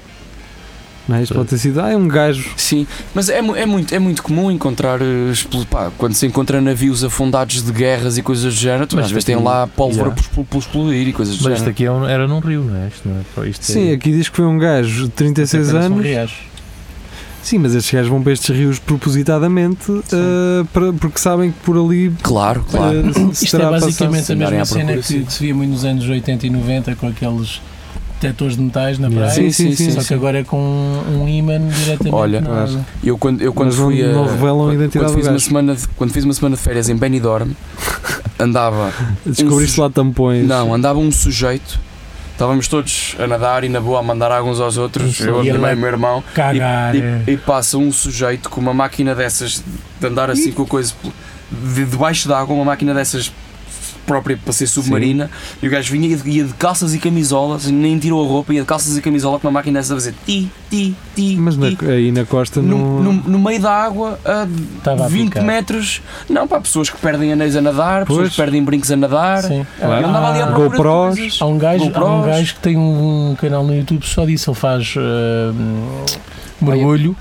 [SPEAKER 3] Não é? Isto pode ter sido, ah, é um gajo.
[SPEAKER 5] Sim, mas é, mu- é muito, é muito comum encontrar, eh, expl- pá, quando se encontra navios afundados de guerras e coisas do género, tu
[SPEAKER 6] Mas
[SPEAKER 5] às vezes
[SPEAKER 6] daqui-
[SPEAKER 5] têm lá pólvora
[SPEAKER 6] Yeah.
[SPEAKER 5] por, expl- por explodir e coisas do
[SPEAKER 6] Mas isto
[SPEAKER 5] género.
[SPEAKER 6] aqui é um- era num rio, não é? Isto não é- isto é-
[SPEAKER 3] Sim, aqui diz que foi um gajo de 36
[SPEAKER 4] Apenas um
[SPEAKER 3] anos.
[SPEAKER 4] riacho.
[SPEAKER 3] Sim, mas estes gajos vão para estes rios propositadamente eh, para- porque sabem que por ali
[SPEAKER 5] Claro, claro.
[SPEAKER 3] eh, se
[SPEAKER 4] Isto é
[SPEAKER 3] terá
[SPEAKER 4] basicamente a
[SPEAKER 5] andarem
[SPEAKER 4] mesma
[SPEAKER 5] à procura,
[SPEAKER 4] cena que,
[SPEAKER 5] sim.
[SPEAKER 4] que se via muito nos anos 80 e 90 com aqueles detectores de metais na
[SPEAKER 6] Yeah.
[SPEAKER 3] Sim,
[SPEAKER 4] praia.
[SPEAKER 3] sim, sim,
[SPEAKER 4] Só
[SPEAKER 3] sim.
[SPEAKER 4] que agora é com um imã diretamente.
[SPEAKER 5] Olha,
[SPEAKER 4] na água.
[SPEAKER 5] Eu quando, eu quando
[SPEAKER 3] Mas não-
[SPEAKER 5] fui a-
[SPEAKER 3] não revelam a
[SPEAKER 5] quando-
[SPEAKER 3] identidade
[SPEAKER 5] quando
[SPEAKER 3] do
[SPEAKER 5] fiz uma
[SPEAKER 3] gajo.
[SPEAKER 5] semana de, Quando fiz uma semana de férias em Benidorm, andava,
[SPEAKER 3] Descobriste lá tampões.
[SPEAKER 5] não, andava um sujeito, estávamos todos a nadar e na boa a mandar alguns aos outros,
[SPEAKER 4] Sim,
[SPEAKER 5] eu, a
[SPEAKER 4] e
[SPEAKER 5] minha
[SPEAKER 4] ele
[SPEAKER 5] mãe e
[SPEAKER 4] é
[SPEAKER 5] o meu irmão,
[SPEAKER 4] Cagar. é.
[SPEAKER 5] e, e passa um sujeito com uma máquina dessas de andar assim com a coisa pelo- de- debaixo d'água, uma máquina dessas própria para ser submarina. E o gajo vinha ia de, ia de calças e camisolas, nem tirou a roupa, ia de calças e camisola com uma máquina dessa a fazer ti, ti, ti.
[SPEAKER 3] Mas na-
[SPEAKER 5] ti.
[SPEAKER 3] aí na costa
[SPEAKER 5] No,
[SPEAKER 3] não.
[SPEAKER 5] no, no meio da água, a
[SPEAKER 4] Estava a
[SPEAKER 5] 20
[SPEAKER 4] picar.
[SPEAKER 5] metros. Não, para pessoas que perdem anéis a nadar, pessoas
[SPEAKER 3] Pois.
[SPEAKER 5] que perdem brincos a nadar.
[SPEAKER 4] Sim.
[SPEAKER 3] Claro.
[SPEAKER 5] Ele andava ali à
[SPEAKER 4] Ah,
[SPEAKER 5] procura de
[SPEAKER 3] GoPros.
[SPEAKER 5] coisas.
[SPEAKER 4] Há um, gajo, há um
[SPEAKER 5] GoPros.
[SPEAKER 4] gajo que tem um canal no YouTube só disso, ele faz ah, hum, mergulho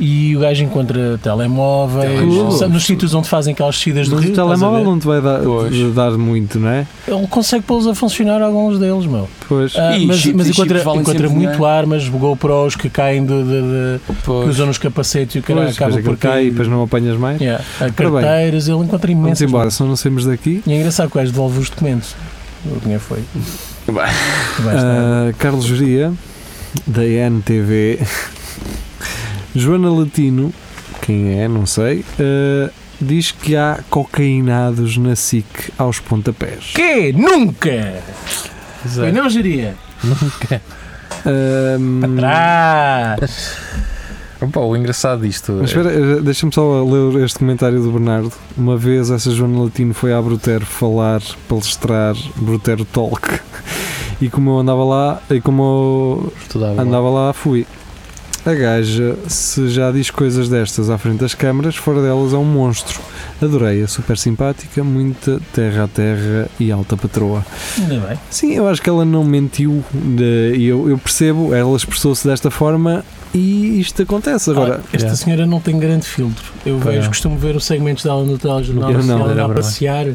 [SPEAKER 4] e o gajo encontra telemóveis,
[SPEAKER 5] Telemóveis.
[SPEAKER 4] sabe, nos sítios onde fazem aquelas descidas do
[SPEAKER 3] Mas
[SPEAKER 4] rio.
[SPEAKER 3] o
[SPEAKER 4] estás a
[SPEAKER 3] telemóvel
[SPEAKER 4] ver?
[SPEAKER 3] não te vai dar,
[SPEAKER 5] Pois.
[SPEAKER 3] te dar muito, não é?
[SPEAKER 4] Ele consegue pô-los a funcionar alguns deles, meu.
[SPEAKER 3] Pois.
[SPEAKER 4] Ah,
[SPEAKER 5] E
[SPEAKER 4] mas
[SPEAKER 5] chips,
[SPEAKER 4] mas
[SPEAKER 5] e
[SPEAKER 4] encontra,
[SPEAKER 5] chips valem
[SPEAKER 4] encontra
[SPEAKER 5] sempre
[SPEAKER 4] muito
[SPEAKER 5] dinheiro.
[SPEAKER 4] armas, GoPros que caem de, de, de- que
[SPEAKER 5] Pois.
[SPEAKER 4] usam nos capacetes e o cara
[SPEAKER 3] Pois,
[SPEAKER 4] acaba
[SPEAKER 3] depois
[SPEAKER 4] por
[SPEAKER 3] aquilo cai e
[SPEAKER 4] cair.
[SPEAKER 3] depois não apanhas mais.
[SPEAKER 4] Yeah. A
[SPEAKER 3] Ora bem.
[SPEAKER 4] carteiras, ele encontra
[SPEAKER 3] Vamos
[SPEAKER 4] imensos.
[SPEAKER 3] embora, senão não saímos daqui.
[SPEAKER 4] E é engraçado que o gajo devolve os documentos. O dinheiro foi.
[SPEAKER 5] Bem.
[SPEAKER 4] Vai estar.
[SPEAKER 3] Ah, Carlos Geria, da NTV. *laughs* Joana Latino, quem é, não sei, ah, diz que há cocainados na SIC aos pontapés.
[SPEAKER 4] Que? Nunca!
[SPEAKER 6] Exato.
[SPEAKER 4] Foi não, geria?
[SPEAKER 3] Ahm,
[SPEAKER 4] Hum. Atrás!
[SPEAKER 6] Opa, o engraçado disto.
[SPEAKER 5] é
[SPEAKER 3] Mas espera, eh, deixa-me só ler este comentário do Bernardo. Uma vez essa Joana Latino foi à Brutero falar, palestrar, Brutero Talk. *laughs* E como eu andava lá, e como
[SPEAKER 6] é, estudava.
[SPEAKER 3] eu andava lá, fui. A gaja, se já diz coisas destas à frente das câmaras, fora delas é um monstro. Adorei-a, super simpática, muita terra a terra e alta patroa.
[SPEAKER 4] Ainda bem.
[SPEAKER 3] Sim, eu acho que ela não mentiu, de- e eu, eu percebo, ela expressou-se desta forma e isto acontece. Agora,
[SPEAKER 4] Ah, esta
[SPEAKER 6] Yeah.
[SPEAKER 4] senhora não tem grande filtro. Eu
[SPEAKER 6] Pois
[SPEAKER 4] vejo,
[SPEAKER 6] não.
[SPEAKER 4] costumo ver os segmentos dela no telejornal.
[SPEAKER 3] Eu não,
[SPEAKER 4] ela
[SPEAKER 6] era
[SPEAKER 4] anda a
[SPEAKER 6] verdade.
[SPEAKER 4] passear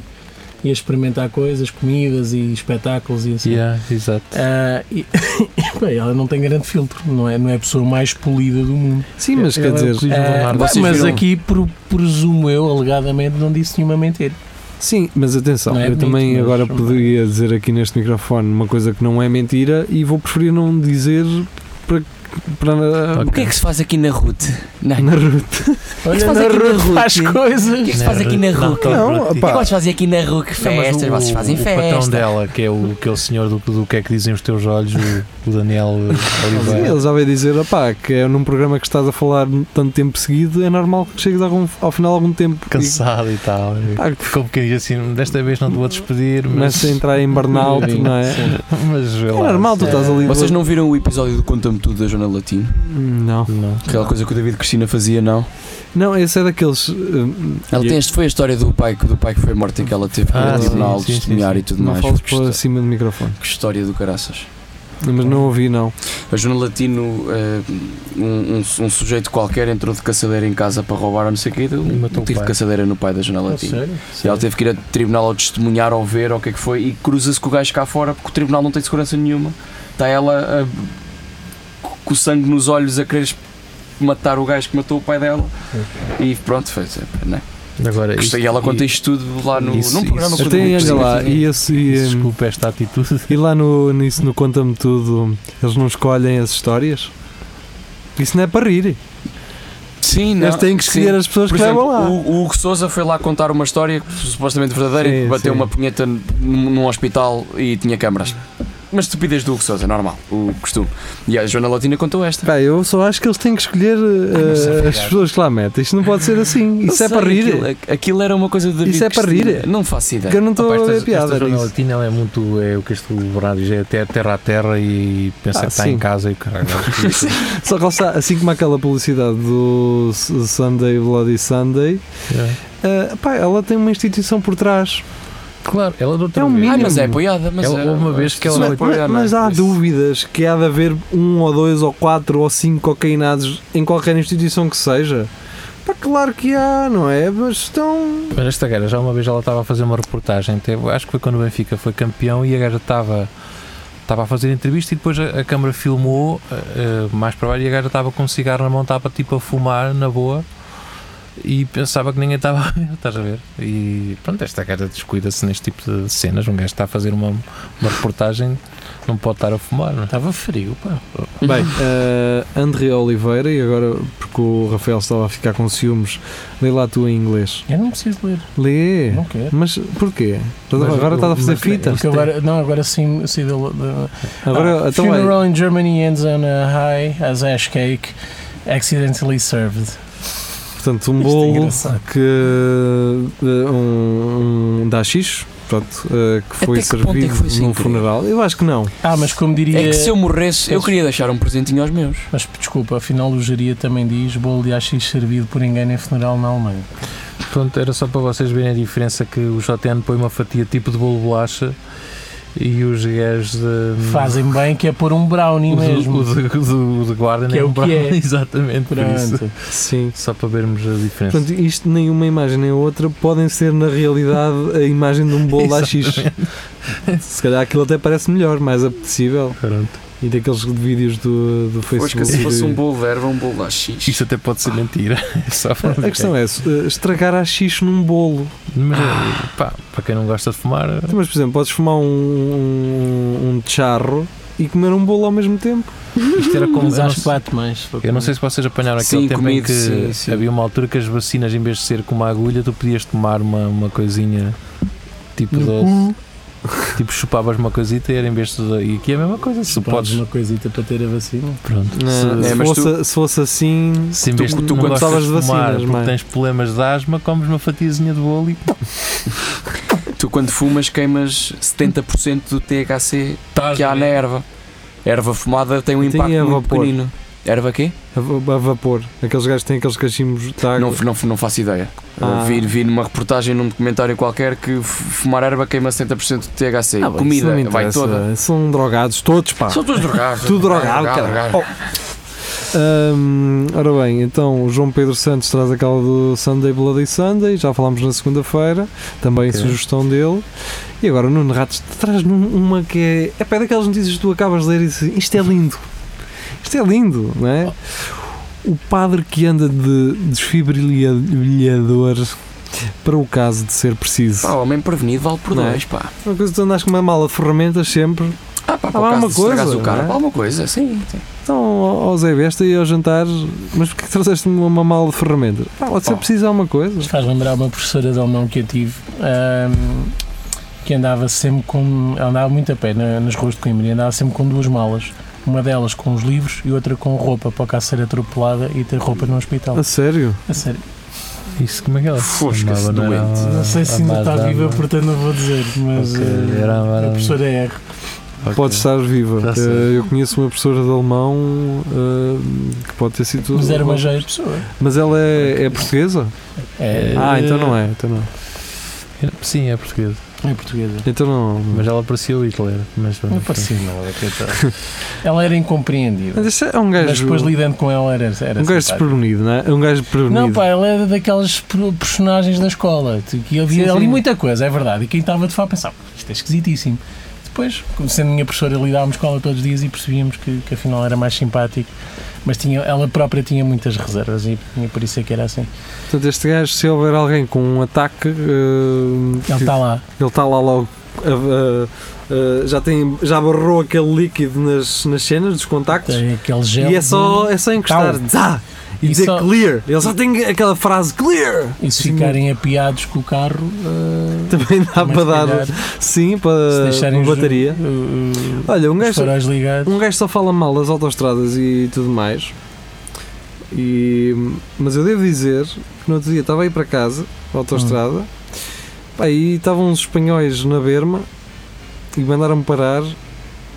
[SPEAKER 4] e a experimentar coisas, comidas e espetáculos e assim.
[SPEAKER 6] Yeah,
[SPEAKER 5] é,
[SPEAKER 6] exato.
[SPEAKER 3] É,
[SPEAKER 4] Ah, e- *laughs* bem, ela não tem grande filtro, não é, não é a pessoa mais polida do mundo.
[SPEAKER 3] Sim, mas
[SPEAKER 5] É,
[SPEAKER 6] Eu-
[SPEAKER 3] quer
[SPEAKER 6] eu
[SPEAKER 3] dizer, é,
[SPEAKER 6] acredito.
[SPEAKER 4] Ah,
[SPEAKER 5] Vocês
[SPEAKER 4] mas
[SPEAKER 5] viram-
[SPEAKER 4] aqui, pro- presumo eu, alegadamente, não disse nenhuma mentira.
[SPEAKER 3] sim, mas atenção,
[SPEAKER 4] Não é
[SPEAKER 3] eu
[SPEAKER 4] bonito,
[SPEAKER 3] também
[SPEAKER 4] mas-
[SPEAKER 3] agora poderia dizer aqui neste microfone uma coisa que não é mentira e vou preferir não dizer para, para
[SPEAKER 5] O que é que se faz aqui na RUT? Não. é
[SPEAKER 3] na ruta.
[SPEAKER 5] Olha,
[SPEAKER 4] Olha, na
[SPEAKER 5] na
[SPEAKER 4] rua
[SPEAKER 5] Ruth,
[SPEAKER 4] faz
[SPEAKER 5] hein? O que é
[SPEAKER 4] coisas.
[SPEAKER 5] que se faz aqui na
[SPEAKER 6] Não,
[SPEAKER 5] RUC? O
[SPEAKER 6] não,
[SPEAKER 3] Não,
[SPEAKER 6] não,
[SPEAKER 5] que é que
[SPEAKER 3] pá.
[SPEAKER 5] vocês fazem aqui na RUC? Festas,
[SPEAKER 6] Não, mas
[SPEAKER 5] vocês
[SPEAKER 6] o-
[SPEAKER 5] fazem
[SPEAKER 6] o patrão
[SPEAKER 5] festa.
[SPEAKER 6] dela, que é o, aquele senhor do, do que é que dizem os teus olhos, o, o Daniel eh,
[SPEAKER 3] Sim,
[SPEAKER 6] Oliveira.
[SPEAKER 3] ele já veio dizer opá, que é num programa que estás a falar tanto tempo seguido, é normal que chegues algum- ao final algum tempo. e-
[SPEAKER 6] Cansado e tal.
[SPEAKER 3] Pá,
[SPEAKER 6] Ficou um bocadinho assim, desta vez não te vou despedir, mas.
[SPEAKER 3] começa a entrar em burnout, não é?
[SPEAKER 6] mas vê
[SPEAKER 3] É
[SPEAKER 6] lá.
[SPEAKER 3] normal, tu estás ali.
[SPEAKER 5] Vocês não viram o episódio do Conta-me Tudo da Jornal Latino?
[SPEAKER 3] Não.
[SPEAKER 6] Não.
[SPEAKER 5] Aquela coisa que o David Cristina fazia, não?
[SPEAKER 3] Não, esse é daqueles. hum,
[SPEAKER 5] Ela
[SPEAKER 3] e-
[SPEAKER 5] tem, este foi a história do pai, que- do pai que foi morto e que ela teve que ir
[SPEAKER 6] Ah,
[SPEAKER 5] ao
[SPEAKER 6] sim,
[SPEAKER 5] tribunal,
[SPEAKER 6] sim, sim,
[SPEAKER 5] testemunhar
[SPEAKER 6] sim.
[SPEAKER 5] e tudo
[SPEAKER 3] Não
[SPEAKER 5] mais.
[SPEAKER 3] falo
[SPEAKER 5] Que histó-
[SPEAKER 3] para cima do microfone.
[SPEAKER 5] que história do caraças.
[SPEAKER 3] Mas não ouvi, não.
[SPEAKER 5] A Jornal Latino, eh, um, um, um sujeito qualquer entrou de caçadeira em casa para roubar ou não sei o quê, deu
[SPEAKER 6] E
[SPEAKER 5] um tiro
[SPEAKER 6] matou o
[SPEAKER 5] de
[SPEAKER 6] pai. Ah,
[SPEAKER 5] caçadeira no pai da Jornal Latino. E ela teve que ir a tribunal ao testemunhar ou ver ou o que é que foi e cruza-se com o gajo cá fora porque o tribunal não tem segurança nenhuma. Está ela a- co- com o sangue nos olhos a querer matar o gajo que matou o pai dela. E pronto, foi sempre, né?
[SPEAKER 6] Agora,
[SPEAKER 5] E ela conta isto tudo lá no,
[SPEAKER 6] É isso-
[SPEAKER 5] num programa
[SPEAKER 6] isso-
[SPEAKER 5] com o
[SPEAKER 3] Até
[SPEAKER 5] David
[SPEAKER 3] olha lá,
[SPEAKER 5] Cristina.
[SPEAKER 3] e esse. e,
[SPEAKER 6] isso-
[SPEAKER 3] hum,
[SPEAKER 6] Desculpa esta atitude.
[SPEAKER 3] *laughs* E lá no, nisso, no Conta-me Tudo, eles não escolhem as histórias? Isso não é para rir.
[SPEAKER 5] Sim, não,
[SPEAKER 3] eles têm que escolher
[SPEAKER 5] sim.
[SPEAKER 3] as pessoas
[SPEAKER 5] Por
[SPEAKER 3] que levam
[SPEAKER 5] exemplo,
[SPEAKER 3] lá.
[SPEAKER 5] o, o Hugo Souza foi lá contar uma história supostamente verdadeira e
[SPEAKER 3] Sim,
[SPEAKER 5] bateu
[SPEAKER 3] sim.
[SPEAKER 5] uma punheta num, num hospital e tinha câmaras. Mas estupidez do Hugo Souza, normal, o costume. E a Joana Latina contou esta.
[SPEAKER 3] Pá, eu só acho que eles têm que escolher eh, as pessoas que lá metem. Isto não pode
[SPEAKER 5] *laughs*
[SPEAKER 3] ser assim.
[SPEAKER 5] Não
[SPEAKER 3] Isso
[SPEAKER 5] sei,
[SPEAKER 3] é para rir.
[SPEAKER 5] Aquilo, aquilo era uma coisa de David
[SPEAKER 3] Isso é para
[SPEAKER 5] Cristina.
[SPEAKER 3] rir.
[SPEAKER 5] Não faço ideia.
[SPEAKER 3] Que eu não estou
[SPEAKER 6] Opa,
[SPEAKER 3] a
[SPEAKER 6] esta,
[SPEAKER 3] ver Então, é piada
[SPEAKER 6] esta jornal
[SPEAKER 3] nisso.
[SPEAKER 6] latina ela é muito. É o que este Bernardo diz, é até terra a terra e pensa
[SPEAKER 3] Ah,
[SPEAKER 6] que está
[SPEAKER 3] sim.
[SPEAKER 6] em casa e o
[SPEAKER 3] *laughs*
[SPEAKER 6] caralho.
[SPEAKER 3] Só que lá está, assim como aquela publicidade do S- Sunday Bloody Sunday,
[SPEAKER 6] É.
[SPEAKER 3] eh, pá, ela tem uma instituição por trás.
[SPEAKER 6] Claro, ela de outra
[SPEAKER 3] É um
[SPEAKER 6] vez-
[SPEAKER 3] mínimo.
[SPEAKER 5] Ai, mas é apoiada. Mas
[SPEAKER 6] Ela-
[SPEAKER 5] é-
[SPEAKER 6] houve uma vez que
[SPEAKER 5] isso
[SPEAKER 6] ela-
[SPEAKER 5] não é apoiada,
[SPEAKER 3] Mas, mas
[SPEAKER 5] não é?
[SPEAKER 3] há
[SPEAKER 5] Isso.
[SPEAKER 3] dúvidas que há de haver um ou dois ou quatro ou cinco cocainados em qualquer instituição que seja? Pá, claro que há, não é? Mas estão.
[SPEAKER 6] Mas esta gaja, já uma vez ela estava a fazer uma reportagem, teve- acho que foi quando o Benfica foi campeão e a gaja estava, estava a fazer entrevista e depois a, a câmara filmou eh, eh, mais para baixo e a gaja estava com um cigarro na mão, estava tipo a fumar na boa e pensava que ninguém estava a ver, *laughs* estás a ver? E pronto, esta gaja descuida-se neste tipo de cenas, um gajo está a fazer uma, uma reportagem, não pode estar a fumar, não é?
[SPEAKER 4] Estava frio, pá.
[SPEAKER 3] Bem, eh, André Oliveira, e agora porque o Rafael estava a ficar com ciúmes, lê lá tu em inglês.
[SPEAKER 4] Eu não preciso ler,
[SPEAKER 3] Lê!
[SPEAKER 4] não quero.
[SPEAKER 3] Mas porquê? Estás a-
[SPEAKER 6] Mas
[SPEAKER 3] agora
[SPEAKER 6] eu-
[SPEAKER 3] estás a fazer
[SPEAKER 6] mas lê-
[SPEAKER 3] fita.
[SPEAKER 6] Mas
[SPEAKER 4] Porque
[SPEAKER 6] tem-
[SPEAKER 4] agora, não, agora sim, sim da, da,
[SPEAKER 3] Agora,
[SPEAKER 4] ah,
[SPEAKER 3] então, olha,
[SPEAKER 4] Funeral in Germany ends on a high as ash cake accidentally served.
[SPEAKER 3] portanto, um
[SPEAKER 4] Isto é
[SPEAKER 3] bolo
[SPEAKER 4] engraçado.
[SPEAKER 3] que. eh, um, um dachicho pronto, eh, que foi
[SPEAKER 5] que ponto é que
[SPEAKER 3] servido
[SPEAKER 5] foi sem
[SPEAKER 3] num
[SPEAKER 5] querer?
[SPEAKER 3] funeral. Eu acho que não.
[SPEAKER 4] Ah, mas como diria.
[SPEAKER 5] É que se eu morresse, eu
[SPEAKER 4] Eles-
[SPEAKER 5] queria deixar um presentinho aos meus.
[SPEAKER 4] Mas desculpa, afinal o Jaria também diz bolo de AX servido por engano em funeral na Alemanha.
[SPEAKER 6] Pronto, era só para vocês verem a diferença que o JN põe uma fatia tipo de bolo de bolacha e os gajos de. *laughs*
[SPEAKER 4] Fazem bem que é pôr um brownie
[SPEAKER 6] o de,
[SPEAKER 4] mesmo.
[SPEAKER 6] o de, o de- o de guarda
[SPEAKER 4] Que
[SPEAKER 6] nem
[SPEAKER 4] é o
[SPEAKER 6] lembram. *laughs*
[SPEAKER 4] que é.
[SPEAKER 6] Exatamente, por isso.
[SPEAKER 4] Pronto.
[SPEAKER 3] Sim.
[SPEAKER 6] Só para vermos a diferença.
[SPEAKER 3] Portanto, isto nem uma imagem nem outra podem ser na realidade a imagem de um bolo de AX. Se calhar aquilo até parece melhor, mais apetecível.
[SPEAKER 6] Pronto.
[SPEAKER 3] E daqueles vídeos do, do
[SPEAKER 5] Pois
[SPEAKER 3] Facebook.
[SPEAKER 5] que se fosse
[SPEAKER 3] de-
[SPEAKER 5] um bolo de erva, um bolo lá X.
[SPEAKER 6] Isto até pode ser mentira. *laughs* É só para
[SPEAKER 3] A
[SPEAKER 6] ver.
[SPEAKER 3] questão é eh, estragar AX num bolo.
[SPEAKER 6] Mas, pá, para quem não gosta de fumar,
[SPEAKER 3] Então, Mas, por exemplo, podes fumar um, um, um charro e comer um bolo ao mesmo tempo.
[SPEAKER 6] isto era como.
[SPEAKER 4] Mas
[SPEAKER 6] eu não
[SPEAKER 4] acho que
[SPEAKER 6] sei-
[SPEAKER 4] bate mais.
[SPEAKER 6] Eu não sei se vocês apanharam aquele
[SPEAKER 5] Sim,
[SPEAKER 6] tempo em
[SPEAKER 5] comigo,
[SPEAKER 6] que
[SPEAKER 5] sim, sim.
[SPEAKER 6] havia uma altura que as vacinas, em vez de ser com uma agulha, tu podias tomar uma, uma coisinha tipo
[SPEAKER 4] No
[SPEAKER 6] doce. Tipo, chupavas uma coisita e era em vez de. E aqui é a mesma coisa. Se tu
[SPEAKER 4] Podes
[SPEAKER 6] podes.
[SPEAKER 4] uma coisita para ter a vacina.
[SPEAKER 6] Pronto.
[SPEAKER 3] Não,
[SPEAKER 6] se,
[SPEAKER 5] É,
[SPEAKER 3] se,
[SPEAKER 5] mas
[SPEAKER 3] fosse,
[SPEAKER 5] tu-
[SPEAKER 3] se fosse assim.
[SPEAKER 6] se em
[SPEAKER 5] tu-
[SPEAKER 6] vez de
[SPEAKER 5] tu
[SPEAKER 6] não
[SPEAKER 5] quando
[SPEAKER 6] gostas
[SPEAKER 3] falas
[SPEAKER 6] de
[SPEAKER 3] de
[SPEAKER 6] fumar
[SPEAKER 3] vacinas,
[SPEAKER 6] porque
[SPEAKER 3] mãe.
[SPEAKER 6] tens problemas de asma, comes uma fatiazinha de bolo e
[SPEAKER 5] Tu quando fumas queimas 70% do THC
[SPEAKER 6] estás.
[SPEAKER 5] que há na erva. Erva fumada tem um
[SPEAKER 3] Tem
[SPEAKER 5] impacto
[SPEAKER 3] erva
[SPEAKER 5] muito
[SPEAKER 3] podre.
[SPEAKER 5] pequenino. Erva quê?
[SPEAKER 3] A, va- a vapor. Aqueles gajos que têm aqueles cachimbos de água.
[SPEAKER 5] Não, não, não faço ideia.
[SPEAKER 3] Ah.
[SPEAKER 5] Vi, vi numa reportagem, num documentário qualquer, que f- fumar erva queima 70% do THC.
[SPEAKER 3] Ah, bem, isso não
[SPEAKER 5] Comida
[SPEAKER 3] me
[SPEAKER 5] vai
[SPEAKER 3] interessa.
[SPEAKER 5] toda.
[SPEAKER 3] São drogados, todos, pá.
[SPEAKER 5] São todos drogados.
[SPEAKER 3] Tudo drogado,
[SPEAKER 5] drogado.
[SPEAKER 3] cara. Oh. Hum, ora bem, então o João Pedro Santos traz aquela do Sunday Bloody Sunday, já falámos na segunda-feira, também
[SPEAKER 6] Ok.
[SPEAKER 3] sugestão dele. E agora o Nuno Ratos traz num- uma que é. É pá, é daquelas notícias que tu acabas de ler e dizes, isto é lindo. Isto é lindo, não é? O padre que anda de desfibrilhador para o caso de ser preciso.
[SPEAKER 5] Oh, Pá, homem prevenido vale por
[SPEAKER 3] Não é?
[SPEAKER 5] dois, pá.
[SPEAKER 3] Uma coisa que tu andas com uma mala de ferramentas sempre.
[SPEAKER 5] Ah, pá,
[SPEAKER 3] Ah,
[SPEAKER 5] por
[SPEAKER 3] há
[SPEAKER 5] acaso
[SPEAKER 3] uma
[SPEAKER 5] se estragares
[SPEAKER 3] coisa,
[SPEAKER 5] o carro.
[SPEAKER 3] não é?
[SPEAKER 5] Há uma coisa, sim. sim.
[SPEAKER 3] Então, ó ó Zé Besta e ao jantar, mas porquê que trazeste-me uma mala de ferramentas? Pá, pode ser
[SPEAKER 5] Oh.
[SPEAKER 3] preciso de alguma coisa.
[SPEAKER 4] Faz lembrar uma professora de alemão que eu tive ahm, que andava sempre com. andava muito a pé na- nas ruas de Coimbra e andava sempre com duas malas. Uma delas com os livros e outra com roupa para cá ser atropelada e ter roupa no hospital.
[SPEAKER 3] A sério?
[SPEAKER 4] A sério.
[SPEAKER 6] Isso, como é que ela se
[SPEAKER 5] Fosca-se
[SPEAKER 6] chamava? Não era
[SPEAKER 5] doente.
[SPEAKER 6] uma-
[SPEAKER 4] Não sei se ainda
[SPEAKER 6] uma
[SPEAKER 4] está viva,
[SPEAKER 6] dama?
[SPEAKER 4] portanto não vou dizer, mas
[SPEAKER 6] Ok,
[SPEAKER 4] eh,
[SPEAKER 6] era- era-
[SPEAKER 4] a professora R.
[SPEAKER 6] Ok.
[SPEAKER 3] Pode estar viva.
[SPEAKER 6] Já sei.
[SPEAKER 3] Eh, eu conheço uma professora de alemão eh, que pode ter sido.
[SPEAKER 4] Mas era uma jeia pessoa.
[SPEAKER 3] Mas ela é, é portuguesa?
[SPEAKER 6] Eh,
[SPEAKER 4] É,
[SPEAKER 3] Ah, então não é. Então não.
[SPEAKER 6] Sim, é português.
[SPEAKER 4] É portuguesa.
[SPEAKER 3] Então não.
[SPEAKER 6] Mas ela parecia o Hitler. Mas
[SPEAKER 4] Não
[SPEAKER 6] pronto.
[SPEAKER 4] parecia nada, coitada. Ela era incompreendida.
[SPEAKER 3] Mas isso é um
[SPEAKER 4] Mas
[SPEAKER 3] gajo.
[SPEAKER 4] depois lidando com ela era. era
[SPEAKER 3] um gajo
[SPEAKER 4] simpática.
[SPEAKER 3] desprevenido, não é? É um gajo desprevenido.
[SPEAKER 4] Não, pá, ela era daquelas per- personagens da escola. tu- Que havia
[SPEAKER 3] Sim,
[SPEAKER 4] ali
[SPEAKER 3] sim.
[SPEAKER 4] muita coisa, é verdade. E quem estava de fora pensava, isto é esquisitíssimo. Depois, como sendo minha professora, lidávamos com ela todos os dias e percebíamos que, que afinal era mais simpático. Mas tinha, ela própria tinha muitas reservas e tinha por isso é que era assim.
[SPEAKER 3] Portanto, este gajo, se houver alguém com um ataque. eh,
[SPEAKER 4] Ele está lá.
[SPEAKER 3] Ele está lá logo. a- a- a- já, tem, já barrou aquele líquido nas, nas cenas dos contactos
[SPEAKER 4] Tem aquele gel.
[SPEAKER 3] e é só,
[SPEAKER 4] de-
[SPEAKER 3] é só encostar
[SPEAKER 4] Tau.
[SPEAKER 3] zá, e,
[SPEAKER 4] E
[SPEAKER 3] dizer
[SPEAKER 4] só-
[SPEAKER 3] clear. Ele só tem aquela frase clear.
[SPEAKER 4] E se ficarem apiados com o carro, eh,
[SPEAKER 3] Também dá
[SPEAKER 4] também
[SPEAKER 3] para
[SPEAKER 4] se
[SPEAKER 3] dar
[SPEAKER 4] calhar,
[SPEAKER 3] sim
[SPEAKER 4] se
[SPEAKER 3] para
[SPEAKER 4] deixarem
[SPEAKER 3] Tá uma
[SPEAKER 4] os-
[SPEAKER 3] bateria.
[SPEAKER 4] eh, eh,
[SPEAKER 3] Olha, um
[SPEAKER 4] os
[SPEAKER 3] gajo,
[SPEAKER 4] faróis ligados.
[SPEAKER 3] um gajo só fala mal das autostradas e tudo mais. E, mas eu devo dizer que no outro dia estava aí para casa, autostrada, pá, e estavam uns espanhóis na berma e mandaram-me parar,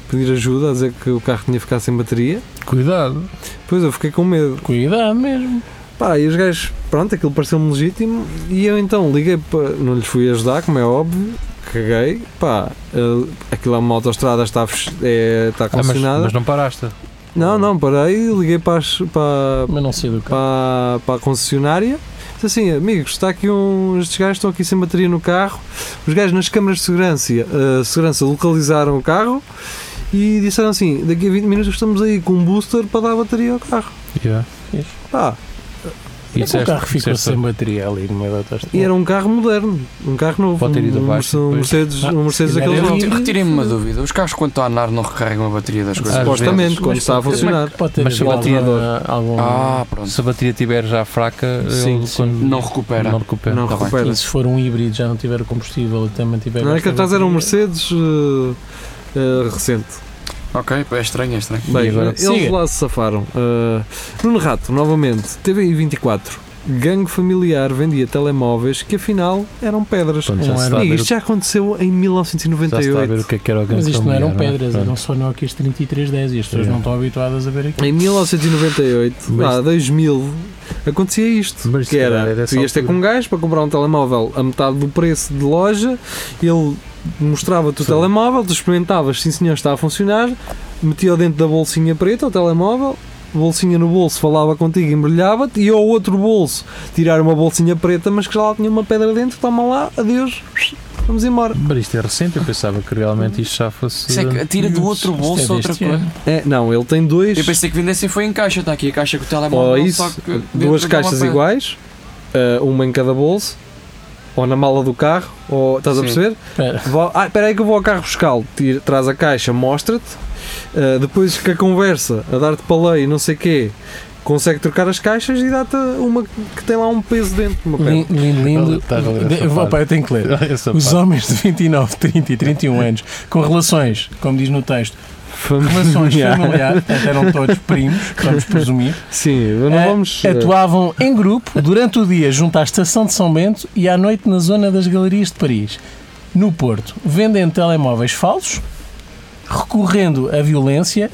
[SPEAKER 3] pedir ajuda, a dizer que o carro tinha ficado sem bateria.
[SPEAKER 6] Cuidado.
[SPEAKER 3] Pois eu fiquei com medo.
[SPEAKER 4] Cuidado mesmo.
[SPEAKER 3] Pá, e os gajos, pronto, aquilo pareceu-me legítimo e eu então liguei para. Não lhes fui ajudar, como é óbvio, caguei, pá, eh, aquilo é uma autostrada, está, fech- é, está
[SPEAKER 6] Ah, mas,
[SPEAKER 3] concessionada.
[SPEAKER 6] mas não paraste.
[SPEAKER 3] Não, não, parei, liguei para, as- para,
[SPEAKER 4] Mas não sei do carro.
[SPEAKER 3] para, para a concessionária. Disse assim, amigos, está aqui um. Estes gajos estão aqui sem bateria no carro. Os gajos nas câmaras de segurança, eh, segurança localizaram o carro e disseram assim: daqui a 20 minutos estamos aí com um booster para dar bateria ao carro.
[SPEAKER 6] Yeah.
[SPEAKER 3] Pá,
[SPEAKER 4] É que o carro ficou
[SPEAKER 6] disseste-
[SPEAKER 4] sem bateria ali no meio da autostrada.
[SPEAKER 3] E era um carro moderno, um carro novo.
[SPEAKER 6] Pode ter ido
[SPEAKER 3] um,
[SPEAKER 6] abaixo
[SPEAKER 3] um
[SPEAKER 6] depois.
[SPEAKER 3] Mercedes,
[SPEAKER 4] Ah,
[SPEAKER 3] um Mercedes
[SPEAKER 4] se calhar
[SPEAKER 3] daqueles
[SPEAKER 4] era
[SPEAKER 6] é
[SPEAKER 3] novos.
[SPEAKER 4] um-
[SPEAKER 5] Retirem-me uma dúvida. Os carros quando estão a andar não recarregam a bateria das coisas.
[SPEAKER 6] Às
[SPEAKER 3] Supostamente,
[SPEAKER 6] vezes.
[SPEAKER 3] Ah, quando está a funcionar.
[SPEAKER 4] Pode ter
[SPEAKER 6] Mas se
[SPEAKER 4] havido
[SPEAKER 6] batia
[SPEAKER 4] alguma- algum-
[SPEAKER 5] Ah, pronto.
[SPEAKER 6] Se a bateria estiver já fraca,
[SPEAKER 3] Sim,
[SPEAKER 6] ele
[SPEAKER 3] sim.
[SPEAKER 6] quando
[SPEAKER 5] Não recupera.
[SPEAKER 6] não recupera.
[SPEAKER 3] Não
[SPEAKER 5] Tá bem.
[SPEAKER 3] recupera.
[SPEAKER 4] E se for um híbrido, já não tiver combustível e também tiver.
[SPEAKER 3] é. Não é
[SPEAKER 4] esta
[SPEAKER 3] que atrás era um
[SPEAKER 4] bateria?
[SPEAKER 3] Mercedes eh, eh, recente.
[SPEAKER 5] Ok, é estranho, é estranho.
[SPEAKER 3] Bem,
[SPEAKER 6] agora?
[SPEAKER 3] eles
[SPEAKER 4] Siga.
[SPEAKER 3] Uh, lá se safaram. Eh, Nuno Rato, novamente, TV24. Gangue familiar vendia telemóveis que afinal eram pedras.
[SPEAKER 6] Pronto,
[SPEAKER 4] Um
[SPEAKER 6] Então já se
[SPEAKER 4] era-
[SPEAKER 6] está a
[SPEAKER 3] Amigo,
[SPEAKER 6] ver
[SPEAKER 3] isto já aconteceu em
[SPEAKER 6] o- já se está a ver o
[SPEAKER 3] 1998.
[SPEAKER 6] que é que era o gangue
[SPEAKER 4] Mas isto não eram
[SPEAKER 6] familiar, é?
[SPEAKER 4] pedras,
[SPEAKER 6] Pronto.
[SPEAKER 4] eram só Nokias 3310 e as pessoas
[SPEAKER 6] Yeah.
[SPEAKER 4] não estão habituadas a ver aqui.
[SPEAKER 3] Em 1998,
[SPEAKER 6] Mas-
[SPEAKER 3] lá 2000, ah, acontecia isto.
[SPEAKER 6] Mas
[SPEAKER 3] que
[SPEAKER 6] se calhar
[SPEAKER 3] era,
[SPEAKER 6] era
[SPEAKER 3] tu
[SPEAKER 6] essa
[SPEAKER 3] ias ter com
[SPEAKER 6] altura.
[SPEAKER 3] um gajo para comprar um telemóvel a metade do preço de loja, ele mostrava-te o
[SPEAKER 6] Sim.
[SPEAKER 3] telemóvel, tu experimentavas, sim senhor, está a funcionar, metia dentro da bolsinha preta o telemóvel, bolsinha no bolso, falava contigo, embrulhava-te, e ao outro bolso tirar uma bolsinha preta, mas que já lá tinha uma pedra dentro, toma lá, adeus, vamos embora.
[SPEAKER 6] Mas isto é recente, eu pensava que realmente isto já fosse.
[SPEAKER 5] Isso é que tira do outro
[SPEAKER 4] Isto é
[SPEAKER 5] bolso outra
[SPEAKER 4] deste
[SPEAKER 5] coisa.
[SPEAKER 4] ano.
[SPEAKER 3] É, não, ele tem dois.
[SPEAKER 5] Eu pensei que vendessem foi em caixa, está aqui a caixa com o telemóvel.
[SPEAKER 3] Ou
[SPEAKER 5] só
[SPEAKER 3] Oh, isso,
[SPEAKER 5] que dentro
[SPEAKER 3] duas
[SPEAKER 5] de uma
[SPEAKER 3] caixas
[SPEAKER 5] pedra.
[SPEAKER 3] iguais, eh, uma em cada bolso, ou na mala do carro, ou estás a
[SPEAKER 5] Sim.
[SPEAKER 3] perceber?
[SPEAKER 4] Espera,
[SPEAKER 3] Vá- ah, espera aí que eu vou ao carro buscá-lo, Tira- traz a caixa, mostra-te, eh, depois que a conversa, a dar-te paleio e não sei quê, consegue trocar as caixas e dá-te uma que tem lá um peso dentro, uma pedra.
[SPEAKER 4] Lindo, lindo,
[SPEAKER 6] Olha,
[SPEAKER 4] lindo.
[SPEAKER 6] estás a ler
[SPEAKER 4] De-
[SPEAKER 6] essa
[SPEAKER 4] Opa,
[SPEAKER 6] parte.
[SPEAKER 4] eu tenho que ler.
[SPEAKER 6] Essa
[SPEAKER 4] Os
[SPEAKER 6] parte.
[SPEAKER 4] homens de 29, 30 e 31 anos com relações, como diz no texto, relações familiares, portanto, eram todos primos, vamos presumir,
[SPEAKER 3] Sim, não
[SPEAKER 4] eh,
[SPEAKER 3] vamos. eh,
[SPEAKER 4] atuavam em grupo durante o dia junto à estação de São Bento e à noite na zona das galerias de Paris, no Porto, vendendo telemóveis falsos, recorrendo à violência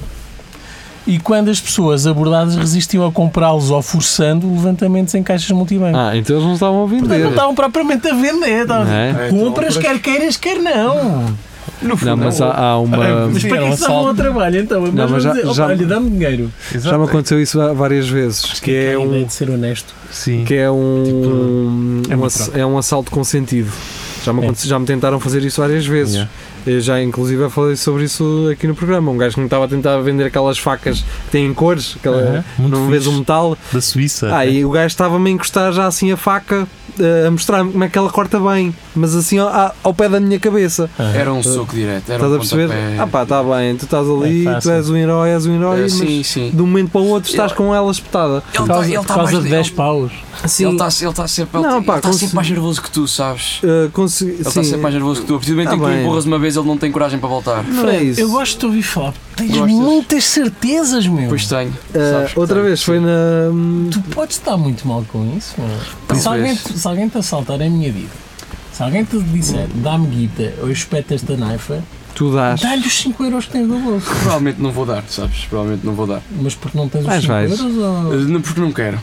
[SPEAKER 4] e quando as pessoas abordadas resistiam a comprá-los ou forçando levantamentos em caixas multibanco.
[SPEAKER 3] Ah, então eles não estavam a
[SPEAKER 4] Portanto,
[SPEAKER 3] vender.
[SPEAKER 4] não estavam propriamente a vender, estavam
[SPEAKER 3] Não
[SPEAKER 4] a dizer,
[SPEAKER 3] é?
[SPEAKER 5] É,
[SPEAKER 4] compras,
[SPEAKER 5] compras.
[SPEAKER 4] quer queiras, quer não.
[SPEAKER 5] No fundo,
[SPEAKER 3] Não, mas há, há uma.
[SPEAKER 4] Mas
[SPEAKER 6] Sim,
[SPEAKER 4] para
[SPEAKER 6] era
[SPEAKER 4] que
[SPEAKER 6] um
[SPEAKER 4] isso dava ao
[SPEAKER 6] assalto.
[SPEAKER 4] trabalho então? Mas,
[SPEAKER 3] mas
[SPEAKER 4] vamos
[SPEAKER 3] já-
[SPEAKER 4] dizer, opa,
[SPEAKER 3] já-
[SPEAKER 4] olha, dá-me dinheiro.
[SPEAKER 3] Já me aconteceu isso vá- várias vezes. Que é um.
[SPEAKER 4] de ser honesto.
[SPEAKER 6] Sim.
[SPEAKER 3] que é um,
[SPEAKER 4] Tipo, é
[SPEAKER 3] um
[SPEAKER 4] uma
[SPEAKER 3] ass- é um assalto consentido. Já me,
[SPEAKER 4] É.
[SPEAKER 3] aconte- já me tentaram fazer isso várias vezes.
[SPEAKER 6] Yeah.
[SPEAKER 3] Eu já, inclusive, eu falei sobre isso aqui no programa. Um gajo que me estava a tentar vender aquelas facas que têm cores, aquela,
[SPEAKER 4] Aham.
[SPEAKER 6] Muito
[SPEAKER 3] não vês
[SPEAKER 6] fixe.
[SPEAKER 3] o metal.
[SPEAKER 6] Da Suíça.
[SPEAKER 3] Ah, e o gajo estava-me a encostar já assim a faca, eh, a mostrar-me como é que ela corta bem, mas assim ao, a- ao pé da minha cabeça.
[SPEAKER 5] Era um soco direto, era
[SPEAKER 3] estás
[SPEAKER 5] um
[SPEAKER 3] a perceber?
[SPEAKER 5] pontapé.
[SPEAKER 3] Ah, pá, está bem, tu estás ali, tu
[SPEAKER 4] fácil.
[SPEAKER 3] és um herói, és um herói,
[SPEAKER 5] É,
[SPEAKER 3] mas
[SPEAKER 5] sim, sim.
[SPEAKER 3] de um momento para o outro estás com ela espetada.
[SPEAKER 5] Ele assim.
[SPEAKER 4] Por
[SPEAKER 5] tá-
[SPEAKER 4] causa,
[SPEAKER 5] ele
[SPEAKER 4] por
[SPEAKER 5] tá
[SPEAKER 4] causa
[SPEAKER 5] mais-
[SPEAKER 4] de 10
[SPEAKER 5] ele-
[SPEAKER 4] paus.
[SPEAKER 5] tá Ele está sempre, ele
[SPEAKER 3] Não,
[SPEAKER 5] ele
[SPEAKER 3] pá,
[SPEAKER 5] tá sempre
[SPEAKER 3] consegui-
[SPEAKER 5] mais nervoso que tu, sabes?
[SPEAKER 3] Eh, consegui-
[SPEAKER 5] Ele está
[SPEAKER 3] sim,
[SPEAKER 5] sempre mais nervoso que tu. A partir do momento
[SPEAKER 3] Tá
[SPEAKER 5] em que tu
[SPEAKER 3] bem.
[SPEAKER 5] empurras uma vez, ele não tem coragem para voltar.
[SPEAKER 3] não é isso.
[SPEAKER 4] Eu gosto de te ouvir falar. Tens
[SPEAKER 5] Gostas?
[SPEAKER 4] muitas certezas, meu.
[SPEAKER 5] Pois tá. tenho.
[SPEAKER 3] Eh,
[SPEAKER 5] sabes que
[SPEAKER 3] outra
[SPEAKER 5] tenho.
[SPEAKER 3] vez foi na. hum,
[SPEAKER 4] Tu podes estar muito mal com isso, meu.
[SPEAKER 5] Talvez.
[SPEAKER 4] Se alguém, te- se alguém te assaltar é a minha vida. Se alguém te disser, dá-me guita ou eu espeto esta naifa,
[SPEAKER 3] Tu dás.
[SPEAKER 4] dá-lhe os 5 euros que tens do bolso.
[SPEAKER 5] Provavelmente não vou dar, sabes? Provavelmente não vou dar.
[SPEAKER 4] Mas porque não tens os
[SPEAKER 3] Mas
[SPEAKER 4] 5
[SPEAKER 3] vais.
[SPEAKER 4] euros? Ou...
[SPEAKER 5] Eh, não- Porque não quero.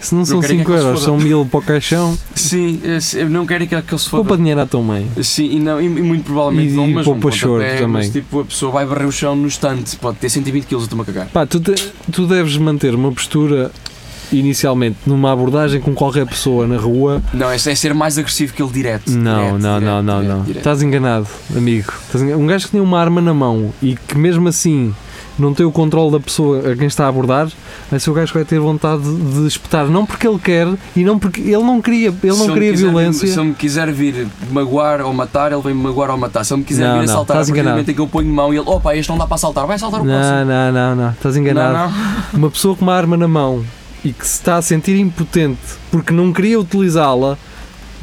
[SPEAKER 3] Se não são
[SPEAKER 5] quero é que
[SPEAKER 3] 5
[SPEAKER 5] aquilo se
[SPEAKER 3] euros,
[SPEAKER 5] foda.
[SPEAKER 3] são 1000 para o caixão,
[SPEAKER 5] Sim, eh, se- eu não quero que ele se foda.
[SPEAKER 3] poupa dinheiro à tua mãe.
[SPEAKER 5] Sim, e, não, e, e muito provavelmente
[SPEAKER 3] E-
[SPEAKER 5] não,
[SPEAKER 3] e
[SPEAKER 5] mas
[SPEAKER 3] poupa
[SPEAKER 5] um pontapé,
[SPEAKER 3] choro também.
[SPEAKER 5] Mas, tipo, a pessoa vai barrer o chão no estante. Pode ter 120 kg, eu estou-me a cagar.
[SPEAKER 3] Pá, tu, te- tu deves manter uma postura inicialmente numa abordagem com qualquer pessoa na rua.
[SPEAKER 5] Não, é, é ser mais agressivo que ele direto.
[SPEAKER 3] Não,
[SPEAKER 5] direto,
[SPEAKER 3] não,
[SPEAKER 5] direto,
[SPEAKER 3] não, não,
[SPEAKER 5] direto,
[SPEAKER 3] não. Tá,
[SPEAKER 5] direto.
[SPEAKER 3] Estás enganado, amigo. Estás engan- Um gajo que tem uma arma na mão e que mesmo assim não tem o controle da pessoa a quem está a abordar, vai ser o gajo que vai ter vontade de de espetar, não porque ele quer e não porque ele não queria, ele
[SPEAKER 5] Se
[SPEAKER 3] não queria
[SPEAKER 5] me quiser vir-
[SPEAKER 3] violência.
[SPEAKER 5] se ele me quiser vir magoar ou matar, ele vem me magoar ou matar. Se ele me quiser
[SPEAKER 3] Não,
[SPEAKER 5] vir
[SPEAKER 3] não,
[SPEAKER 5] assaltar, a
[SPEAKER 3] estás
[SPEAKER 5] partir do
[SPEAKER 3] enganado.
[SPEAKER 5] momento em que eu ponho mão e ele, opa, este não dá para assaltar, vai assaltar o próximo.
[SPEAKER 3] Não, não, não, não. Estás enganado.
[SPEAKER 5] Não, não.
[SPEAKER 3] Uma pessoa com uma arma na mão e que se está a sentir impotente porque não queria utilizá-la,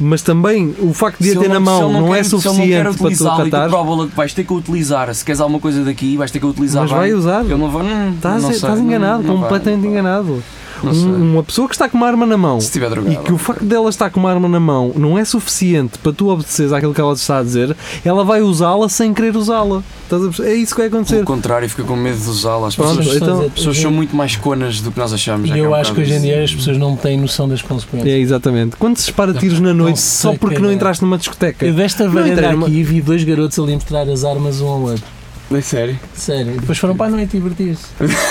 [SPEAKER 3] mas também o facto de
[SPEAKER 5] Se
[SPEAKER 3] a ter
[SPEAKER 5] ele
[SPEAKER 3] na
[SPEAKER 5] se
[SPEAKER 3] mão
[SPEAKER 5] ele
[SPEAKER 3] não, é
[SPEAKER 5] quer- se ele
[SPEAKER 3] suficiente
[SPEAKER 5] não quer
[SPEAKER 3] para tu
[SPEAKER 5] utilizá-la e tu
[SPEAKER 3] tratar,
[SPEAKER 5] provola que vais ter que utilizar. Se queres alguma coisa daqui, vais ter que utilizar.
[SPEAKER 3] mas vai usar.
[SPEAKER 5] Eu não vou. Hum,
[SPEAKER 3] Estás,
[SPEAKER 5] não sei,
[SPEAKER 3] estás enganado,
[SPEAKER 5] não, não
[SPEAKER 3] completamente
[SPEAKER 5] vai, não
[SPEAKER 3] enganado.
[SPEAKER 5] vai, não sei.
[SPEAKER 3] Um- uma pessoa que está com uma arma na mão
[SPEAKER 5] Se tiver
[SPEAKER 3] e
[SPEAKER 5] drogado.
[SPEAKER 3] que o facto dela estar com uma arma na mão não é suficiente para tu obedeceres àquilo que ela te está a dizer, ela vai usá-la sem querer usá-la. Estás a perceber? É isso que vai acontecer.
[SPEAKER 5] Pelo contrário, fica com medo de usá-la. As
[SPEAKER 3] Pronto,
[SPEAKER 5] pessoas,
[SPEAKER 4] As pessoas
[SPEAKER 3] então,
[SPEAKER 4] a-
[SPEAKER 5] as pessoas são muito mais conas do que nós achamos. já
[SPEAKER 4] E
[SPEAKER 5] é um
[SPEAKER 4] eu acho que
[SPEAKER 5] bocado
[SPEAKER 4] hoje em
[SPEAKER 5] isso.
[SPEAKER 4] dia as pessoas não têm noção das consequências.
[SPEAKER 3] É exatamente. Quando se dispara tiros na
[SPEAKER 4] Não
[SPEAKER 3] noite
[SPEAKER 4] sei
[SPEAKER 3] só porque
[SPEAKER 4] quem
[SPEAKER 3] não
[SPEAKER 4] é.
[SPEAKER 3] entraste numa discoteca,
[SPEAKER 4] Eu desta
[SPEAKER 3] Não
[SPEAKER 4] varanda
[SPEAKER 3] entrei numa-
[SPEAKER 4] aqui vi dois garotos ali mostrar as armas um ao outro.
[SPEAKER 5] É sério.
[SPEAKER 4] Sério. Depois foram para a noite
[SPEAKER 3] *laughs*
[SPEAKER 4] divertir-se.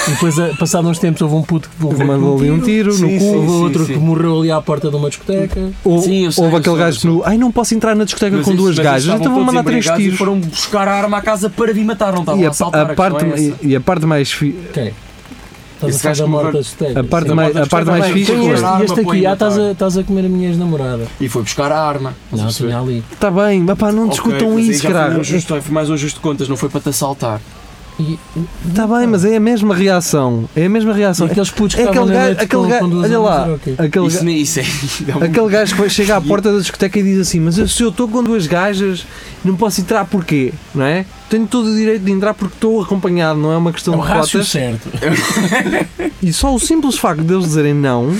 [SPEAKER 4] E depois, a- passado uns tempos, houve um puto que
[SPEAKER 3] Que mandou ali um tiro
[SPEAKER 5] Sim,
[SPEAKER 3] no cu.
[SPEAKER 5] sim,
[SPEAKER 4] Houve
[SPEAKER 5] sim,
[SPEAKER 4] outro
[SPEAKER 5] sim.
[SPEAKER 4] que morreu ali à porta de uma discoteca.
[SPEAKER 3] Ou,
[SPEAKER 5] Sim, eu sei,
[SPEAKER 3] houve
[SPEAKER 5] eu
[SPEAKER 3] aquele
[SPEAKER 5] sei,
[SPEAKER 3] gajo
[SPEAKER 5] eu
[SPEAKER 3] que no. Ai, não posso entrar na discoteca
[SPEAKER 5] Mas
[SPEAKER 3] com
[SPEAKER 5] isso-
[SPEAKER 3] duas
[SPEAKER 5] mas eles
[SPEAKER 3] gajas,
[SPEAKER 5] estavam
[SPEAKER 3] então vou
[SPEAKER 5] todos
[SPEAKER 3] mandar três
[SPEAKER 5] embriagados e
[SPEAKER 3] tiros.
[SPEAKER 5] foram buscar a arma à casa para vir matar, não estavam
[SPEAKER 3] E
[SPEAKER 5] a
[SPEAKER 3] a,
[SPEAKER 5] assaltar.
[SPEAKER 3] a parte,
[SPEAKER 5] questão é essa.
[SPEAKER 3] e a parte mais. fi-
[SPEAKER 4] Quem? Estás
[SPEAKER 5] Esse
[SPEAKER 4] a falar
[SPEAKER 5] gajo
[SPEAKER 4] da
[SPEAKER 5] que
[SPEAKER 4] morte
[SPEAKER 5] morreu-
[SPEAKER 4] das discotecas.
[SPEAKER 3] A parte
[SPEAKER 5] sim.
[SPEAKER 3] mais, a
[SPEAKER 5] Mas
[SPEAKER 3] parte
[SPEAKER 5] também
[SPEAKER 3] mais
[SPEAKER 5] tem
[SPEAKER 3] fixe
[SPEAKER 5] este-
[SPEAKER 3] foi.
[SPEAKER 4] Tem
[SPEAKER 5] Arma,
[SPEAKER 4] é este, este
[SPEAKER 5] põe
[SPEAKER 4] aqui,
[SPEAKER 5] no
[SPEAKER 4] ah, estás a,
[SPEAKER 5] tarde.
[SPEAKER 4] estás a comer a minha ex-namorada.
[SPEAKER 5] E foi buscar a arma. Estás a
[SPEAKER 4] Não,
[SPEAKER 5] perceber?
[SPEAKER 4] tinha ali.
[SPEAKER 3] Está tá bem, pá, não
[SPEAKER 5] Ok,
[SPEAKER 3] discutam
[SPEAKER 5] mas aí
[SPEAKER 3] isso,
[SPEAKER 5] já foi um
[SPEAKER 3] caralho.
[SPEAKER 5] ajuste- Foi mais um ajuste de contas, não foi para te assaltar.
[SPEAKER 4] E,
[SPEAKER 3] Está bem, mas é a mesma reação. É a mesma
[SPEAKER 4] e
[SPEAKER 3] reação.
[SPEAKER 4] aqueles putos que
[SPEAKER 3] É aquele
[SPEAKER 4] estavam na
[SPEAKER 3] gajo-
[SPEAKER 4] noite
[SPEAKER 3] aquele
[SPEAKER 4] com-
[SPEAKER 3] gajo-
[SPEAKER 4] com duas
[SPEAKER 3] olha
[SPEAKER 4] armas,
[SPEAKER 3] lá.
[SPEAKER 4] era o quê?
[SPEAKER 3] Aquele,
[SPEAKER 5] Isso
[SPEAKER 3] ga-
[SPEAKER 5] nem isso é. dá um-
[SPEAKER 3] aquele gajo que vai- chega à porta da discoteca e diz assim: Mas eu, se eu estou com duas gajas, não posso entrar porquê? Não é? Tenho todo o direito de entrar porque estou acompanhado, não é uma
[SPEAKER 4] É
[SPEAKER 3] questão
[SPEAKER 4] o
[SPEAKER 3] de
[SPEAKER 4] rácio
[SPEAKER 3] cotas.
[SPEAKER 4] certo.
[SPEAKER 3] E só o simples facto de eles dizerem não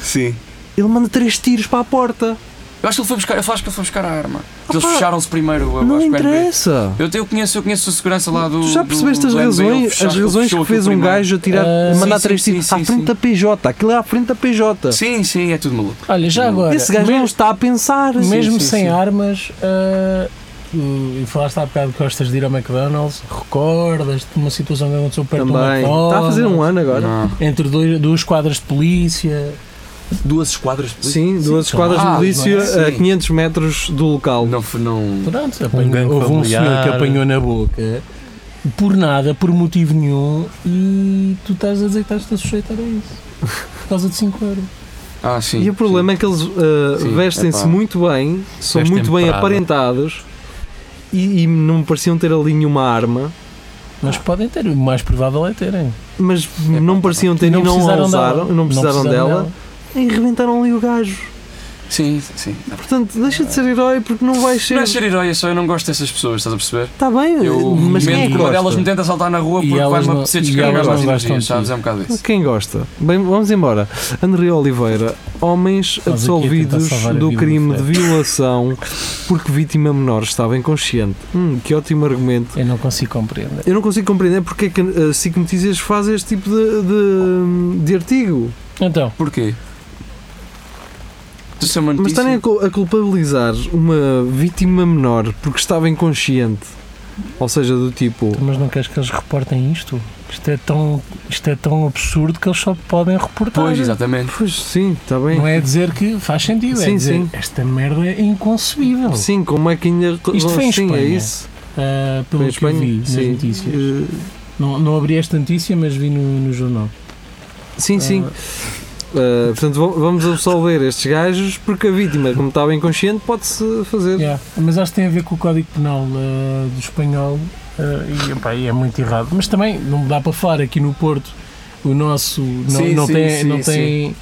[SPEAKER 5] Sim.
[SPEAKER 6] Ele manda três tiros para a porta.
[SPEAKER 5] Eu acho que ele foi buscar, eu acho que ele foi buscar a arma. Que eles
[SPEAKER 6] Opa,
[SPEAKER 5] fecharam-se primeiro. eu acho,
[SPEAKER 6] não
[SPEAKER 5] o NB.
[SPEAKER 6] interessa.
[SPEAKER 5] Eu, eu conheço, eu conheço o segurança lá do.
[SPEAKER 3] Tu já
[SPEAKER 5] do-
[SPEAKER 3] percebeste as
[SPEAKER 5] do NB, ele
[SPEAKER 3] razões,
[SPEAKER 5] fechou-
[SPEAKER 3] as
[SPEAKER 5] ele
[SPEAKER 3] razões
[SPEAKER 5] fechou
[SPEAKER 3] que
[SPEAKER 5] aquilo
[SPEAKER 3] fez um
[SPEAKER 5] primeiro.
[SPEAKER 3] gajo a tirar,
[SPEAKER 4] Ah,
[SPEAKER 3] a mandar
[SPEAKER 5] sim,
[SPEAKER 3] três
[SPEAKER 5] sim,
[SPEAKER 3] tiros
[SPEAKER 5] sim,
[SPEAKER 3] à
[SPEAKER 5] sim,
[SPEAKER 3] frente
[SPEAKER 5] sim.
[SPEAKER 3] da PJ? Aquilo é à frente da PJ.
[SPEAKER 5] Sim, sim, é tudo maluco.
[SPEAKER 4] Olha, já agora,
[SPEAKER 3] Esse gajo não está a pensar.
[SPEAKER 4] mesmo
[SPEAKER 5] sim,
[SPEAKER 4] sem
[SPEAKER 5] sim.
[SPEAKER 4] armas, ah, tu- e falaste há bocado que gostas de ir ao McDonald's, recordas-te de uma situação que aconteceu perto do
[SPEAKER 3] Também.
[SPEAKER 4] McDonald's?
[SPEAKER 3] Está a fazer um ano agora.
[SPEAKER 5] Não.
[SPEAKER 4] Entre dois- duas quadras de polícia.
[SPEAKER 5] Duas esquadras de polícia?
[SPEAKER 3] Sim, duas esquadras
[SPEAKER 5] Ah,
[SPEAKER 3] de polícia
[SPEAKER 5] sim.
[SPEAKER 3] a 500 metros do local.
[SPEAKER 5] Não, foi- não.
[SPEAKER 4] Pronto,
[SPEAKER 6] Um gangue
[SPEAKER 4] apanhou, houve um
[SPEAKER 6] familiar.
[SPEAKER 4] senhor que apanhou na boca por nada, por motivo nenhum, e tu estás a dizer que estás-te a sujeitar a isso. Por causa de 5 euros.
[SPEAKER 5] Ah, sim.
[SPEAKER 3] E o problema é que eles uh,
[SPEAKER 5] Sim,
[SPEAKER 3] vestem-se
[SPEAKER 5] epá.
[SPEAKER 3] muito bem, são
[SPEAKER 6] Vestem
[SPEAKER 3] muito bem
[SPEAKER 6] Prada.
[SPEAKER 3] aparentados e, e não me pareciam ter ali nenhuma arma,
[SPEAKER 4] Mas podem ter, o mais provável é terem.
[SPEAKER 3] mas não me pareciam ter e não a usaram, não precisaram dela e rebentaram ali o gajo.
[SPEAKER 5] Sim, sim. sim.
[SPEAKER 3] Portanto, deixa de ser herói porque não vais ser.
[SPEAKER 5] Não é ser herói, é só eu não gosto dessas pessoas, estás a perceber?
[SPEAKER 3] Está
[SPEAKER 4] Eh,
[SPEAKER 3] bem,
[SPEAKER 5] Eu
[SPEAKER 3] mas quem é
[SPEAKER 5] medo
[SPEAKER 3] que
[SPEAKER 5] que uma delas
[SPEAKER 3] gosta?
[SPEAKER 5] me tenta saltar na rua
[SPEAKER 4] E
[SPEAKER 5] porque
[SPEAKER 4] elas
[SPEAKER 5] vai-me
[SPEAKER 4] não-
[SPEAKER 5] apetecer
[SPEAKER 4] e
[SPEAKER 5] descarregar
[SPEAKER 4] elas
[SPEAKER 5] as
[SPEAKER 4] não gostam
[SPEAKER 5] energias,
[SPEAKER 4] de
[SPEAKER 5] sabes?
[SPEAKER 4] ti.
[SPEAKER 5] É um bocado isso.
[SPEAKER 3] Quem gosta? Bem, vamos embora. André Oliveira, homens
[SPEAKER 4] a
[SPEAKER 3] absolvidos
[SPEAKER 4] tentar salvar a
[SPEAKER 3] do
[SPEAKER 4] vida
[SPEAKER 3] crime de
[SPEAKER 4] do
[SPEAKER 3] violação porque vítima menor estava inconsciente. Hum, que ótimo argumento.
[SPEAKER 4] Eu não consigo compreender.
[SPEAKER 3] Eu não consigo compreender porque é que a SIC Notícias faz este tipo de, de, de artigo.
[SPEAKER 4] Então,
[SPEAKER 5] Porquê? Tu uma
[SPEAKER 3] Mas
[SPEAKER 5] notícia?
[SPEAKER 3] estarem a, cul- a culpabilizar uma vítima menor porque estava inconsciente. Ou seja, do tipo.
[SPEAKER 4] Então, mas não queres que eles reportem isto? Isto é tão, isto é tão absurdo que eles só podem reportar.
[SPEAKER 5] Pois, exatamente.
[SPEAKER 3] Pois sim, está bem.
[SPEAKER 4] Não é dizer que faz sentido, é
[SPEAKER 3] Sim,
[SPEAKER 4] dizer
[SPEAKER 3] sim.
[SPEAKER 4] esta merda é inconcebível.
[SPEAKER 3] Sim, como é que ainda.
[SPEAKER 4] Isto foi em
[SPEAKER 3] sim, é
[SPEAKER 4] Espanha.
[SPEAKER 3] isso. Foi
[SPEAKER 4] Ah, pelo
[SPEAKER 3] em
[SPEAKER 4] que eu
[SPEAKER 3] Espanha.
[SPEAKER 4] vi nas
[SPEAKER 3] sim.
[SPEAKER 4] notícias.
[SPEAKER 3] Eh,
[SPEAKER 4] Não, não abri esta notícia, mas vi no, no jornal.
[SPEAKER 3] Sim, sim.
[SPEAKER 4] Ah.
[SPEAKER 3] Uh, portanto, vo- vamos absolver estes gajos porque a vítima, como estava inconsciente, pode-se fazer.
[SPEAKER 4] Yeah. Mas acho que tem a ver com o Código Penal eh, do espanhol eh, e, epá, e é muito errado. Mas também não dá para falar aqui no Porto. O nosso não,
[SPEAKER 5] Sim,
[SPEAKER 4] não
[SPEAKER 5] sim,
[SPEAKER 4] tem,
[SPEAKER 5] sim,
[SPEAKER 4] não, tem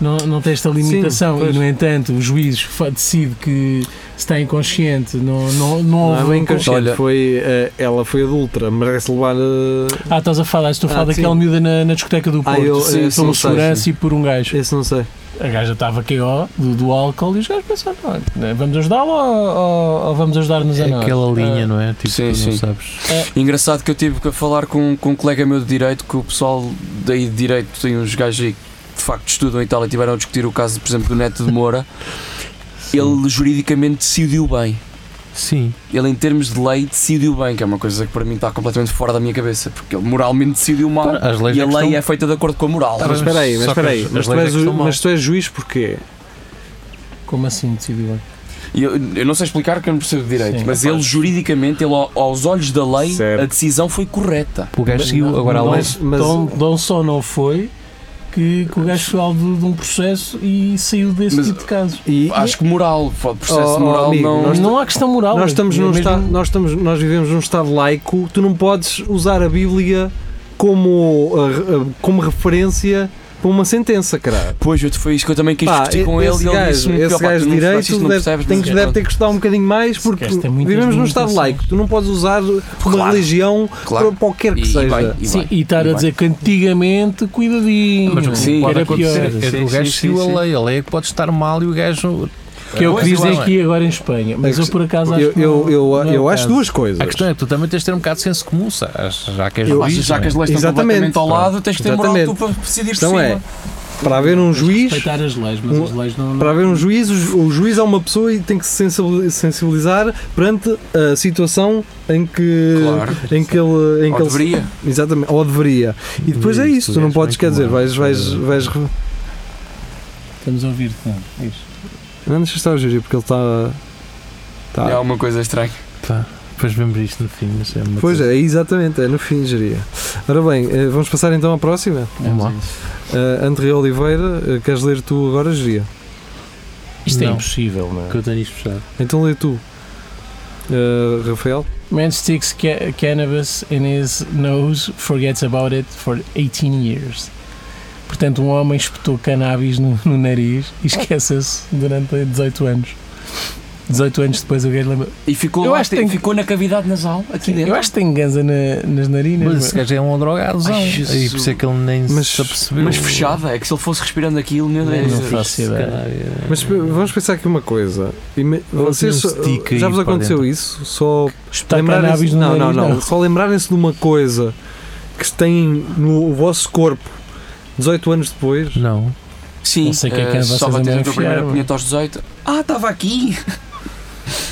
[SPEAKER 4] não, não tem esta limitação
[SPEAKER 3] Sim, pois.
[SPEAKER 4] e no entanto o juiz fa- decide que se está inconsciente não não não
[SPEAKER 3] Não
[SPEAKER 4] houve
[SPEAKER 3] é
[SPEAKER 4] um-
[SPEAKER 3] bem inconsciente,
[SPEAKER 5] Olha-
[SPEAKER 3] foi, eh, ela foi adultra, merece levar. eh,
[SPEAKER 4] ah estás a falar estou a
[SPEAKER 3] Ah,
[SPEAKER 4] falar daquela
[SPEAKER 3] sim.
[SPEAKER 4] miúda na, na discoteca do
[SPEAKER 3] Ah,
[SPEAKER 4] Porto
[SPEAKER 3] eu-
[SPEAKER 4] sim,
[SPEAKER 3] eu-
[SPEAKER 4] pelo
[SPEAKER 3] não sei, É.
[SPEAKER 4] segurança e por um gajo
[SPEAKER 3] Esse não sei.
[SPEAKER 4] A gaja estava KO do, do álcool e os gajos pensaram, "Olha, né, vamos ajudá-lo ou, ou- ou vamos ajudar-nos a
[SPEAKER 6] É
[SPEAKER 4] nós?
[SPEAKER 6] aquela linha,
[SPEAKER 4] Ah,
[SPEAKER 6] não é? Tipo,
[SPEAKER 5] sim,
[SPEAKER 6] tu não
[SPEAKER 5] sim.
[SPEAKER 6] sabes.
[SPEAKER 5] Engraçado que eu tive que falar com, com um colega meu de direito, que o pessoal daí de direito tem uns gajos aí que de facto estudam e tal, e estiveram a discutir o caso, por exemplo, do Neto de Moura. Ele juridicamente decidiu bem.
[SPEAKER 6] Sim.
[SPEAKER 5] Ele, em termos de lei, decidiu bem, que é uma coisa que para mim está completamente fora da minha cabeça, porque ele moralmente decidiu mal.
[SPEAKER 6] As leis
[SPEAKER 5] E a
[SPEAKER 6] é que
[SPEAKER 5] lei
[SPEAKER 6] estão-
[SPEAKER 5] é feita de acordo com a moral.
[SPEAKER 6] Tá
[SPEAKER 3] Mas
[SPEAKER 6] bem,
[SPEAKER 3] espera aí, mas
[SPEAKER 6] só que
[SPEAKER 3] espera aí.
[SPEAKER 6] as-
[SPEAKER 3] Mas
[SPEAKER 6] as
[SPEAKER 3] tu
[SPEAKER 6] leis é
[SPEAKER 3] és
[SPEAKER 6] que
[SPEAKER 3] ju-
[SPEAKER 6] estão mal.
[SPEAKER 3] mas tu és juiz porquê? é?
[SPEAKER 4] Como assim decidiu? bem?
[SPEAKER 5] E eu, eu não sei explicar porque eu não percebo de direito,
[SPEAKER 4] Sim.
[SPEAKER 5] mas ele juridicamente, ele, ao- aos olhos da lei,
[SPEAKER 3] Certo.
[SPEAKER 5] a decisão foi correta.
[SPEAKER 6] O gajo seguiu, agora a
[SPEAKER 4] não,
[SPEAKER 6] lei.
[SPEAKER 3] mas- mas-
[SPEAKER 4] Dom, Dom só não foi que, que o gajo foi alvo de um processo e saiu desse
[SPEAKER 5] Mas-
[SPEAKER 4] tipo de casos.
[SPEAKER 3] E
[SPEAKER 5] Acho que moral, fo- processo
[SPEAKER 3] Oh, oh,
[SPEAKER 5] moral
[SPEAKER 3] amigo,
[SPEAKER 5] não.
[SPEAKER 3] nós-
[SPEAKER 4] não há questão moral.
[SPEAKER 3] nós estamos
[SPEAKER 4] é
[SPEAKER 3] num
[SPEAKER 4] mesmo-
[SPEAKER 3] estado, nós estamos, nós vivemos num estado laico. Tu não podes usar a Bíblia como eh, re- como referência para uma sentença, caralho.
[SPEAKER 5] Pois, eu- foi isso que eu também quis
[SPEAKER 3] Pá,
[SPEAKER 5] discutir com ele
[SPEAKER 3] esse
[SPEAKER 5] e ele
[SPEAKER 3] gajo,
[SPEAKER 5] disse-me que,
[SPEAKER 3] esse
[SPEAKER 5] opá,
[SPEAKER 3] gajo
[SPEAKER 5] tu
[SPEAKER 3] de
[SPEAKER 5] não
[SPEAKER 3] direito
[SPEAKER 5] percebes isto, não
[SPEAKER 3] deve,
[SPEAKER 5] percebes,
[SPEAKER 3] tem
[SPEAKER 5] mas
[SPEAKER 3] que-
[SPEAKER 5] pronto.
[SPEAKER 3] deve ter custado um bocadinho mais porque é
[SPEAKER 4] gajo tem muitas
[SPEAKER 3] vivemos num estado
[SPEAKER 4] limitações.
[SPEAKER 3] laico. Tu não podes usar uma
[SPEAKER 5] Claro.
[SPEAKER 3] religião
[SPEAKER 5] Claro.
[SPEAKER 3] para qualquer que
[SPEAKER 5] E- e
[SPEAKER 3] seja.
[SPEAKER 5] bem, e
[SPEAKER 4] Sim,
[SPEAKER 5] bem.
[SPEAKER 4] e estar
[SPEAKER 5] E
[SPEAKER 4] a
[SPEAKER 5] bem.
[SPEAKER 4] dizer que antigamente cuidadinho,
[SPEAKER 6] Mas o que
[SPEAKER 5] Sim,
[SPEAKER 4] que
[SPEAKER 6] pode
[SPEAKER 4] era
[SPEAKER 6] acontecer
[SPEAKER 4] pior.
[SPEAKER 6] é que
[SPEAKER 5] Sim,
[SPEAKER 6] o gajo
[SPEAKER 5] sim,
[SPEAKER 6] seguiu
[SPEAKER 5] sim,
[SPEAKER 6] a lei. A lei é que pode estar mal e o gajo.
[SPEAKER 4] Que é o que
[SPEAKER 6] Pois,
[SPEAKER 4] dizem
[SPEAKER 6] igual,
[SPEAKER 4] aqui agora em Espanha. Mas
[SPEAKER 3] A
[SPEAKER 4] eu por acaso acho
[SPEAKER 3] Eu,
[SPEAKER 4] que
[SPEAKER 3] eu,
[SPEAKER 4] não-
[SPEAKER 3] eu,
[SPEAKER 4] não é o
[SPEAKER 3] eu acho
[SPEAKER 4] caso.
[SPEAKER 3] duas coisas.
[SPEAKER 6] A questão é que tu também tens de ter um bocado de senso comum, sabes? já que és
[SPEAKER 5] Eu
[SPEAKER 6] juiz,
[SPEAKER 5] acho já
[SPEAKER 6] não
[SPEAKER 5] que
[SPEAKER 6] é?
[SPEAKER 5] as leis estão
[SPEAKER 3] Exatamente.
[SPEAKER 5] completamente ao lado, tens de ter moral tu
[SPEAKER 3] Exatamente.
[SPEAKER 5] para decidir por
[SPEAKER 3] Então
[SPEAKER 5] cima.
[SPEAKER 3] é, para haver um juiz,
[SPEAKER 4] Respeitar as leis, mas
[SPEAKER 3] um-
[SPEAKER 4] as leis não. não-
[SPEAKER 3] para haver um juiz, o ju- o juiz é uma pessoa e tem que se sensibil- sensibilizar perante a situação em que
[SPEAKER 5] Claro.
[SPEAKER 3] em que ele, em
[SPEAKER 5] Ou
[SPEAKER 3] que ele-
[SPEAKER 5] deveria.
[SPEAKER 3] exatamente, ou deveria. E depois é
[SPEAKER 6] Isso,
[SPEAKER 3] isso, tu não
[SPEAKER 6] és
[SPEAKER 3] podes,
[SPEAKER 6] bem
[SPEAKER 3] quer dizer,
[SPEAKER 6] como
[SPEAKER 3] vais vais
[SPEAKER 6] é.
[SPEAKER 3] vais re-
[SPEAKER 4] Estamos a ouvir-te, não. Diz.
[SPEAKER 3] não deixa estar o Júlio porque ele tá- está
[SPEAKER 5] É
[SPEAKER 3] está
[SPEAKER 5] alguma coisa estranha.
[SPEAKER 6] Pá, Depois vemos isto no fim, mas é uma
[SPEAKER 3] Pois
[SPEAKER 6] coisa-
[SPEAKER 3] é, exatamente, é no fim, geria. Ora bem, eh, vamos passar então à próxima.
[SPEAKER 6] Vamos lá.
[SPEAKER 3] Eh, André Oliveira, eh, queres ler tu agora, geria?
[SPEAKER 4] Isto é
[SPEAKER 6] Não.
[SPEAKER 4] impossível, não é?
[SPEAKER 6] Que eu tenho isto fechado.
[SPEAKER 3] Então lê tu, Eh, Rafael.
[SPEAKER 4] Man sticks ca- cannabis in his nose, forgets about it for 18 years. Portanto, um homem espetou cannabis no, no nariz e esquece-se durante 18 anos. 18 anos depois o gajo lembra.
[SPEAKER 5] E ficou,
[SPEAKER 4] Eu
[SPEAKER 5] lá-
[SPEAKER 4] acho que tenho-
[SPEAKER 5] ficou na cavidade nasal, aqui dentro.
[SPEAKER 4] Eu acho que tem ganza na- nas narinas.
[SPEAKER 6] Mas
[SPEAKER 4] meu.
[SPEAKER 6] esse gajo é um drogadozão.
[SPEAKER 5] Ai,
[SPEAKER 6] E por
[SPEAKER 5] Jesus.
[SPEAKER 6] isso é que ele nem
[SPEAKER 3] Mas-
[SPEAKER 6] se apercebeu.
[SPEAKER 5] Mas né? fechada, é que se ele fosse respirando aquilo, meu Deus.
[SPEAKER 4] Não faço
[SPEAKER 6] Se
[SPEAKER 4] ideia.
[SPEAKER 6] calhar, é-
[SPEAKER 3] Mas p- vamos pensar aqui uma coisa. Ima- Vocês,
[SPEAKER 6] tinha um
[SPEAKER 3] só-
[SPEAKER 6] stick aí
[SPEAKER 3] já vos
[SPEAKER 6] para
[SPEAKER 3] aconteceu
[SPEAKER 6] dentro.
[SPEAKER 3] isso? Só
[SPEAKER 4] Espetar
[SPEAKER 3] lembrarem-se
[SPEAKER 4] cannabis no
[SPEAKER 3] não, não,
[SPEAKER 4] nariz,
[SPEAKER 3] não, Só lembrarem-se de uma coisa que tem no vosso corpo 18 anos depois.
[SPEAKER 6] Não.
[SPEAKER 5] Sim,
[SPEAKER 4] Não sei o que é que
[SPEAKER 5] eh,
[SPEAKER 4] era vocês
[SPEAKER 5] só
[SPEAKER 4] a
[SPEAKER 5] bater a tua
[SPEAKER 4] enfiar,
[SPEAKER 5] primeira
[SPEAKER 4] mano.
[SPEAKER 5] punheta aos 18. Ah, estava aqui!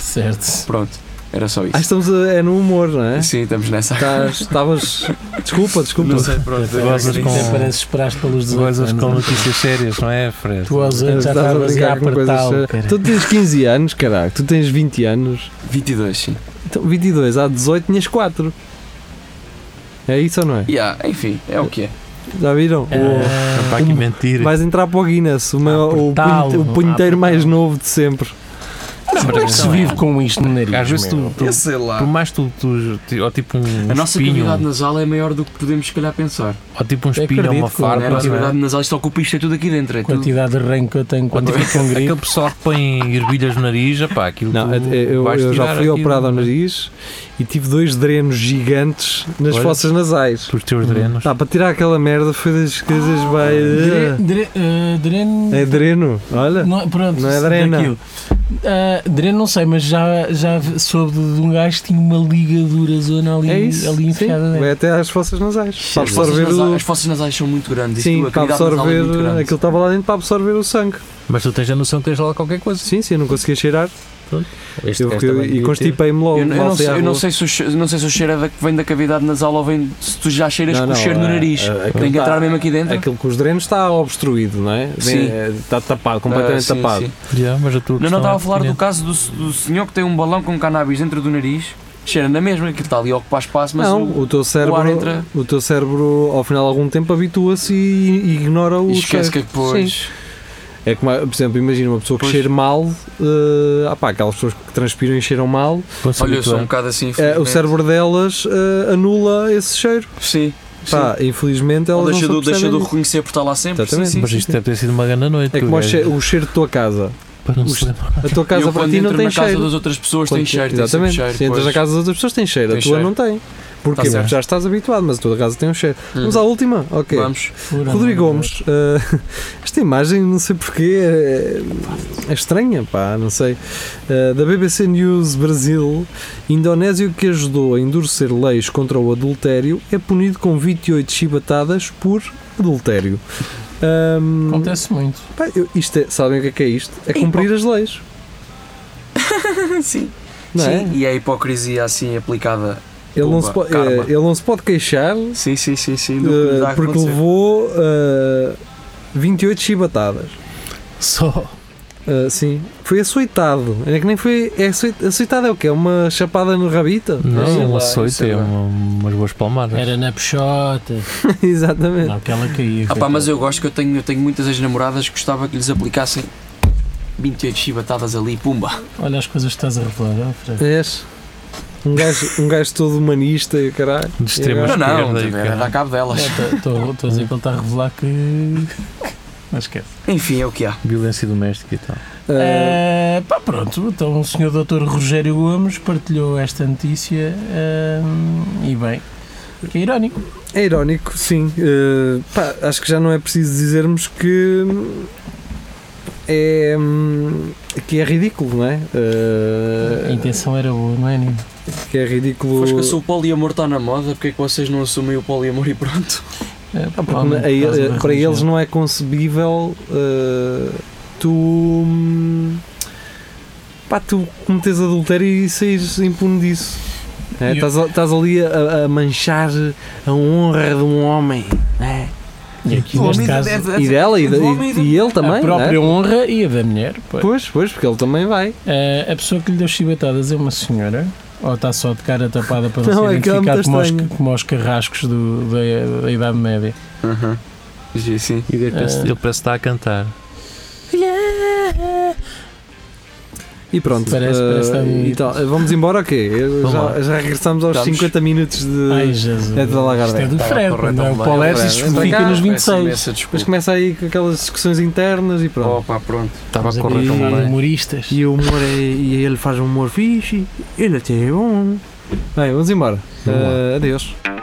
[SPEAKER 4] Certo.
[SPEAKER 5] Pronto, era só
[SPEAKER 3] Ah,
[SPEAKER 5] isso.
[SPEAKER 3] estamos a- é no humor, não é?
[SPEAKER 5] Sim, estamos nessa.
[SPEAKER 3] Estás-
[SPEAKER 6] *laughs*
[SPEAKER 3] Estavas. Desculpa, desculpa.
[SPEAKER 5] pronto.
[SPEAKER 6] Tu gozas com,
[SPEAKER 4] Até parece esperaste pelos 18
[SPEAKER 6] gozas
[SPEAKER 4] anos.
[SPEAKER 6] com
[SPEAKER 4] não é?
[SPEAKER 6] notícias sérias, não é, Fred?
[SPEAKER 4] Tu aos 8 já
[SPEAKER 3] Estás a
[SPEAKER 4] estavas a
[SPEAKER 3] brincar com coisas. é.
[SPEAKER 4] apertá-lo.
[SPEAKER 3] sérias. Tu tens 15 anos, caralho. Tu tens 20 anos.
[SPEAKER 5] 22, sim.
[SPEAKER 3] Então, 22, há 18 tinhas 4. É isso ou não é?
[SPEAKER 5] Yeah, enfim, é o que é.
[SPEAKER 3] Já viram? O-
[SPEAKER 4] Ah,
[SPEAKER 6] Não Para aqui mentir.
[SPEAKER 3] Vais entrar para o Guinness, o, meu- o,
[SPEAKER 4] É. apertá-lo,
[SPEAKER 3] punhete- o
[SPEAKER 4] a
[SPEAKER 3] punheteiro mais novo de sempre.
[SPEAKER 4] Como é que se vive com isto no nariz?
[SPEAKER 6] Às vezes tu,
[SPEAKER 4] meu?
[SPEAKER 6] tu-
[SPEAKER 5] sei lá.
[SPEAKER 6] por mais tu, tu- ti- ou tipo um
[SPEAKER 5] A nossa
[SPEAKER 6] espinho,
[SPEAKER 5] cavidade nasal é maior do que podemos, se calhar, pensar.
[SPEAKER 6] ou tipo um espinho ou
[SPEAKER 4] acredito
[SPEAKER 6] uma
[SPEAKER 4] que Claro,
[SPEAKER 5] Olha, a
[SPEAKER 6] farpa,
[SPEAKER 5] nossa
[SPEAKER 6] não é?
[SPEAKER 5] cavidade nasal, isto ocupa isto é tudo aqui dentro. É tudo.
[SPEAKER 4] quantidade de ranho que eu tenho quando
[SPEAKER 6] Quando- *laughs*
[SPEAKER 4] fico com gripe.
[SPEAKER 6] aquele pessoal que põe ervilhas no nariz, opá, aquilo
[SPEAKER 3] Não,
[SPEAKER 6] tu
[SPEAKER 3] eu, eu-
[SPEAKER 6] vais
[SPEAKER 3] eu já
[SPEAKER 6] tirar
[SPEAKER 3] fui
[SPEAKER 6] aquilo,
[SPEAKER 4] um
[SPEAKER 3] operado ao
[SPEAKER 6] não é?
[SPEAKER 3] nariz e tive dois drenos gigantes nas
[SPEAKER 6] Olha.
[SPEAKER 3] fossas nasais.
[SPEAKER 6] Pelos teus drenos.
[SPEAKER 3] Tá, para tirar aquela merda foi das coisas
[SPEAKER 4] Dre-
[SPEAKER 3] bem.
[SPEAKER 4] Ah, dre- eh, Dreno.
[SPEAKER 3] É dreno, olha.
[SPEAKER 4] Não, pronto,
[SPEAKER 3] Não é dreno.
[SPEAKER 4] daquilo. Ah, dreno não sei, mas já, já soube de de um gajo que tinha uma ligadura zona ali,
[SPEAKER 3] É isso.
[SPEAKER 4] ali
[SPEAKER 3] sim,
[SPEAKER 4] enfiada dentro.
[SPEAKER 3] vai até às fossas nasais. Para
[SPEAKER 5] As fossas,
[SPEAKER 3] absorver
[SPEAKER 5] nasais, as
[SPEAKER 3] o.
[SPEAKER 5] fossas nasais são muito grandes. isto,
[SPEAKER 3] Sim,
[SPEAKER 5] a
[SPEAKER 3] para
[SPEAKER 5] cavidade nasal é muito
[SPEAKER 3] absorver.
[SPEAKER 5] grande.
[SPEAKER 3] Aquilo estava lá dentro para absorver o sangue.
[SPEAKER 6] Mas tu tens a noção que tens lá qualquer coisa.
[SPEAKER 3] Sim, sim, eu não conseguia cheirar.
[SPEAKER 6] Este
[SPEAKER 3] Eu,
[SPEAKER 6] gajo
[SPEAKER 3] eu-
[SPEAKER 6] também devia
[SPEAKER 3] e
[SPEAKER 6] ter.
[SPEAKER 3] constipei-me
[SPEAKER 5] Eu,
[SPEAKER 3] logo.
[SPEAKER 5] eu não
[SPEAKER 3] voltei
[SPEAKER 5] sei, eu
[SPEAKER 3] à
[SPEAKER 5] não
[SPEAKER 3] rua.
[SPEAKER 5] sei se o cheiro, não sei se o cheiro é da, que vem da cavidade nasal ou vem se tu já cheiras
[SPEAKER 3] Não,
[SPEAKER 5] com
[SPEAKER 3] não,
[SPEAKER 5] o cheiro no
[SPEAKER 3] é-
[SPEAKER 5] nariz.
[SPEAKER 3] é-
[SPEAKER 5] Tem que
[SPEAKER 3] tá-
[SPEAKER 5] entrar mesmo aqui dentro.
[SPEAKER 3] Aquilo com os drenos está obstruído, não é?
[SPEAKER 5] Sim.
[SPEAKER 3] Vem- é, Está tapado, completamente
[SPEAKER 5] Ah, sim,
[SPEAKER 3] tapado.
[SPEAKER 5] sim.
[SPEAKER 6] Já, mas a tua
[SPEAKER 5] Não, não
[SPEAKER 6] questão
[SPEAKER 5] estava
[SPEAKER 6] é
[SPEAKER 5] a falar do
[SPEAKER 6] pertinente.
[SPEAKER 5] caso do, do senhor que tem um balão com cannabis dentro do nariz. Cheira na mesma, aquilo está ali a ocupar espaço, mas
[SPEAKER 3] não,
[SPEAKER 5] o-
[SPEAKER 3] o, teu cérebro,
[SPEAKER 5] ar entra-
[SPEAKER 3] o teu cérebro ao final de algum tempo habitua-se e, e ignora o
[SPEAKER 5] e esquece que
[SPEAKER 3] cheiro.
[SPEAKER 5] é que depois.
[SPEAKER 3] Sim. É como, por exemplo, imagina uma pessoa que
[SPEAKER 5] Pois.
[SPEAKER 3] cheira mal, eh, ah pá, aquelas pessoas que transpiram e cheiram mal,
[SPEAKER 6] Quando se
[SPEAKER 5] Olha, eu sou um
[SPEAKER 6] habitua-
[SPEAKER 5] bocado assim.
[SPEAKER 3] eh, o
[SPEAKER 5] infelizmente.
[SPEAKER 3] cérebro delas eh, anula esse cheiro.
[SPEAKER 5] Sim. sim.
[SPEAKER 3] Pá, infelizmente
[SPEAKER 5] Ou
[SPEAKER 3] elas
[SPEAKER 5] deixa
[SPEAKER 3] não
[SPEAKER 5] do,
[SPEAKER 3] se
[SPEAKER 5] deixa do
[SPEAKER 3] apercebem disso.
[SPEAKER 5] reconhecer por estar lá sempre. Sim,
[SPEAKER 3] Exatamente.
[SPEAKER 5] sim,
[SPEAKER 6] Mas
[SPEAKER 5] sim,
[SPEAKER 6] isto
[SPEAKER 5] sim.
[SPEAKER 6] deve ter sido uma grande noite.
[SPEAKER 3] É
[SPEAKER 6] o
[SPEAKER 3] como o
[SPEAKER 6] gajo,
[SPEAKER 3] cheiro, o cheiro da tua casa.
[SPEAKER 6] Para não se
[SPEAKER 3] o-
[SPEAKER 6] lembrar.
[SPEAKER 3] A tua casa
[SPEAKER 5] eu
[SPEAKER 3] para
[SPEAKER 5] quando
[SPEAKER 3] ti
[SPEAKER 5] entro
[SPEAKER 3] não tem
[SPEAKER 5] na casa
[SPEAKER 3] cheiro.
[SPEAKER 5] das outras pessoas tem
[SPEAKER 3] Quando-
[SPEAKER 5] cheiro, tem sempre
[SPEAKER 3] Exatamente.
[SPEAKER 5] cheiro.
[SPEAKER 3] Se entras na
[SPEAKER 5] pois.
[SPEAKER 3] casa das outras pessoas tem cheiro, a
[SPEAKER 5] Tem
[SPEAKER 3] tua
[SPEAKER 5] cheiro. Tá
[SPEAKER 3] não tem. Porquê?
[SPEAKER 5] certo.
[SPEAKER 3] Porque já estás habituado, mas a tua casa tem um cheiro.
[SPEAKER 5] Uhum.
[SPEAKER 3] Vamos à última? Ok.
[SPEAKER 5] Vamos.
[SPEAKER 4] Fura,
[SPEAKER 3] Rodrigo
[SPEAKER 4] mano.
[SPEAKER 3] Gomes, eh, *laughs* esta imagem, não sei porquê, é, é estranha, pá, não sei. Eh, da BBC News Brasil, indonésio que ajudou a endurecer leis contra o adultério é punido com 28 chibatadas por adultério. Ahm,
[SPEAKER 4] Acontece muito.
[SPEAKER 3] pá, eu- isto é- sabem o que é, que é isto? É cumprir as leis.
[SPEAKER 5] Sim.
[SPEAKER 3] Não é?
[SPEAKER 5] Sim, E a hipocrisia assim aplicada.
[SPEAKER 3] Ele, não se
[SPEAKER 5] Pumba,
[SPEAKER 3] po-
[SPEAKER 5] karma.
[SPEAKER 3] eh, ele não se pode queixar
[SPEAKER 5] Sim, sim, sim, sim. do que
[SPEAKER 3] eh,
[SPEAKER 5] dá a
[SPEAKER 3] porque
[SPEAKER 5] acontecer.
[SPEAKER 3] levou eh, 28 chibatadas.
[SPEAKER 6] Só.
[SPEAKER 3] Ah, sim. Foi açoitado. É que nem foi. É açoi- açoitado é o quê? É Uma chapada no rabita?
[SPEAKER 6] Não,
[SPEAKER 5] Sei
[SPEAKER 6] um
[SPEAKER 5] lá,
[SPEAKER 6] açoite
[SPEAKER 5] sei
[SPEAKER 6] é
[SPEAKER 5] lá.
[SPEAKER 6] uma- umas boas palmadas.
[SPEAKER 4] Era
[SPEAKER 3] *laughs*
[SPEAKER 4] na peixota.
[SPEAKER 3] *laughs* Exatamente.
[SPEAKER 4] Não, que ela caía.
[SPEAKER 5] Ah pá, mas eu gosto que eu tenho, eu tenho muitas ex-namoradas que gostava que lhes aplicassem 28 chibatadas ali, pumba.
[SPEAKER 4] Olha as coisas que estás a revelar, ó, Fred.
[SPEAKER 3] És É um gajo, um gajo todo humanista e o caralho.
[SPEAKER 6] De extrema
[SPEAKER 3] E
[SPEAKER 5] Não,
[SPEAKER 3] agora-
[SPEAKER 5] não,
[SPEAKER 6] esquerda e
[SPEAKER 5] também
[SPEAKER 6] caralho.
[SPEAKER 5] dá cabo delas.
[SPEAKER 4] Estou tá, a dizer que ele está a revelar que. Mas esquece.
[SPEAKER 5] Enfim, é o que há.
[SPEAKER 6] Violência doméstica e tal.
[SPEAKER 3] Ah,
[SPEAKER 4] Eh, pá, pronto, então o senhor Dr. Rogério Gomes partilhou esta notícia eh, e bem. Que é irónico.
[SPEAKER 3] é irónico, sim. Ah, pá, acho que já não é preciso dizermos que. hum, É. hum, que é ridículo, não é? Ah,
[SPEAKER 4] A intenção era boa, não é, Nino?
[SPEAKER 3] que é ridículo.
[SPEAKER 5] Pois que eu sou o poliamor está na moda, porque é que vocês não assumem o poliamor e pronto?
[SPEAKER 4] Eh,
[SPEAKER 3] Ah, porque
[SPEAKER 4] provavelmente
[SPEAKER 3] na- aí,
[SPEAKER 4] por causa
[SPEAKER 3] eh,
[SPEAKER 4] da
[SPEAKER 3] para
[SPEAKER 4] religião.
[SPEAKER 3] eles não é concebível eh, tu. hum, pá, tu cometes adultério e saís impune disso. É,
[SPEAKER 4] E eu-
[SPEAKER 3] estás, a- estás ali a, a manchar a honra de um homem né?
[SPEAKER 4] E aqui
[SPEAKER 5] O
[SPEAKER 4] neste
[SPEAKER 5] homem
[SPEAKER 4] caso,
[SPEAKER 5] deve-
[SPEAKER 3] e dela e,
[SPEAKER 5] do
[SPEAKER 3] da- e-
[SPEAKER 5] um homem e do-
[SPEAKER 3] e ele também.
[SPEAKER 4] a
[SPEAKER 3] não
[SPEAKER 4] própria
[SPEAKER 3] é?
[SPEAKER 4] honra e a da mulher. pois.
[SPEAKER 3] Pois, pois, porque ele também vai.
[SPEAKER 4] Eh, a pessoa que lhe deu chibatadas é uma senhora? Ou está só de cara tapada para não,
[SPEAKER 3] Não,
[SPEAKER 4] ser
[SPEAKER 3] é que é muito
[SPEAKER 4] identificado como, os,
[SPEAKER 3] estranho.
[SPEAKER 4] como os carrascos do- da, da Idade Média? Eh,
[SPEAKER 5] Aham. Sim, sim.
[SPEAKER 6] E o gajo parece-
[SPEAKER 4] Ah.
[SPEAKER 6] ele parece que está a cantar.
[SPEAKER 3] E pronto.
[SPEAKER 4] Parece-
[SPEAKER 3] eh,
[SPEAKER 4] parece que está bonito.
[SPEAKER 3] então, eh, vamos embora, ok?
[SPEAKER 6] Vamos
[SPEAKER 3] Já,
[SPEAKER 6] lá.
[SPEAKER 3] já regressamos aos
[SPEAKER 5] Estamos-
[SPEAKER 3] 50 minutos de.
[SPEAKER 4] Ai, Jesus.
[SPEAKER 3] é de Lagarde.
[SPEAKER 4] Isto é do
[SPEAKER 5] Tá
[SPEAKER 6] Estava
[SPEAKER 4] Fred,
[SPEAKER 6] a correr
[SPEAKER 4] não é?
[SPEAKER 6] tão
[SPEAKER 4] O
[SPEAKER 6] bem,
[SPEAKER 4] Paulo
[SPEAKER 6] o
[SPEAKER 4] Ersas
[SPEAKER 6] Fred.
[SPEAKER 4] fica
[SPEAKER 6] Cá,
[SPEAKER 4] nos 26.
[SPEAKER 5] Peço imensa
[SPEAKER 3] Depois
[SPEAKER 5] desculpa.
[SPEAKER 3] começa aí com aquelas discussões internas e pronto.
[SPEAKER 5] Opa, pronto.
[SPEAKER 6] Estava a
[SPEAKER 4] Estamos
[SPEAKER 6] correr tão
[SPEAKER 4] aqui
[SPEAKER 6] bem.
[SPEAKER 4] humoristas.
[SPEAKER 3] E o humor é, e ele faz um humor fixe, ele até é bom. Bem, vamos embora.
[SPEAKER 6] Vamos lá.
[SPEAKER 3] Eh, adeus.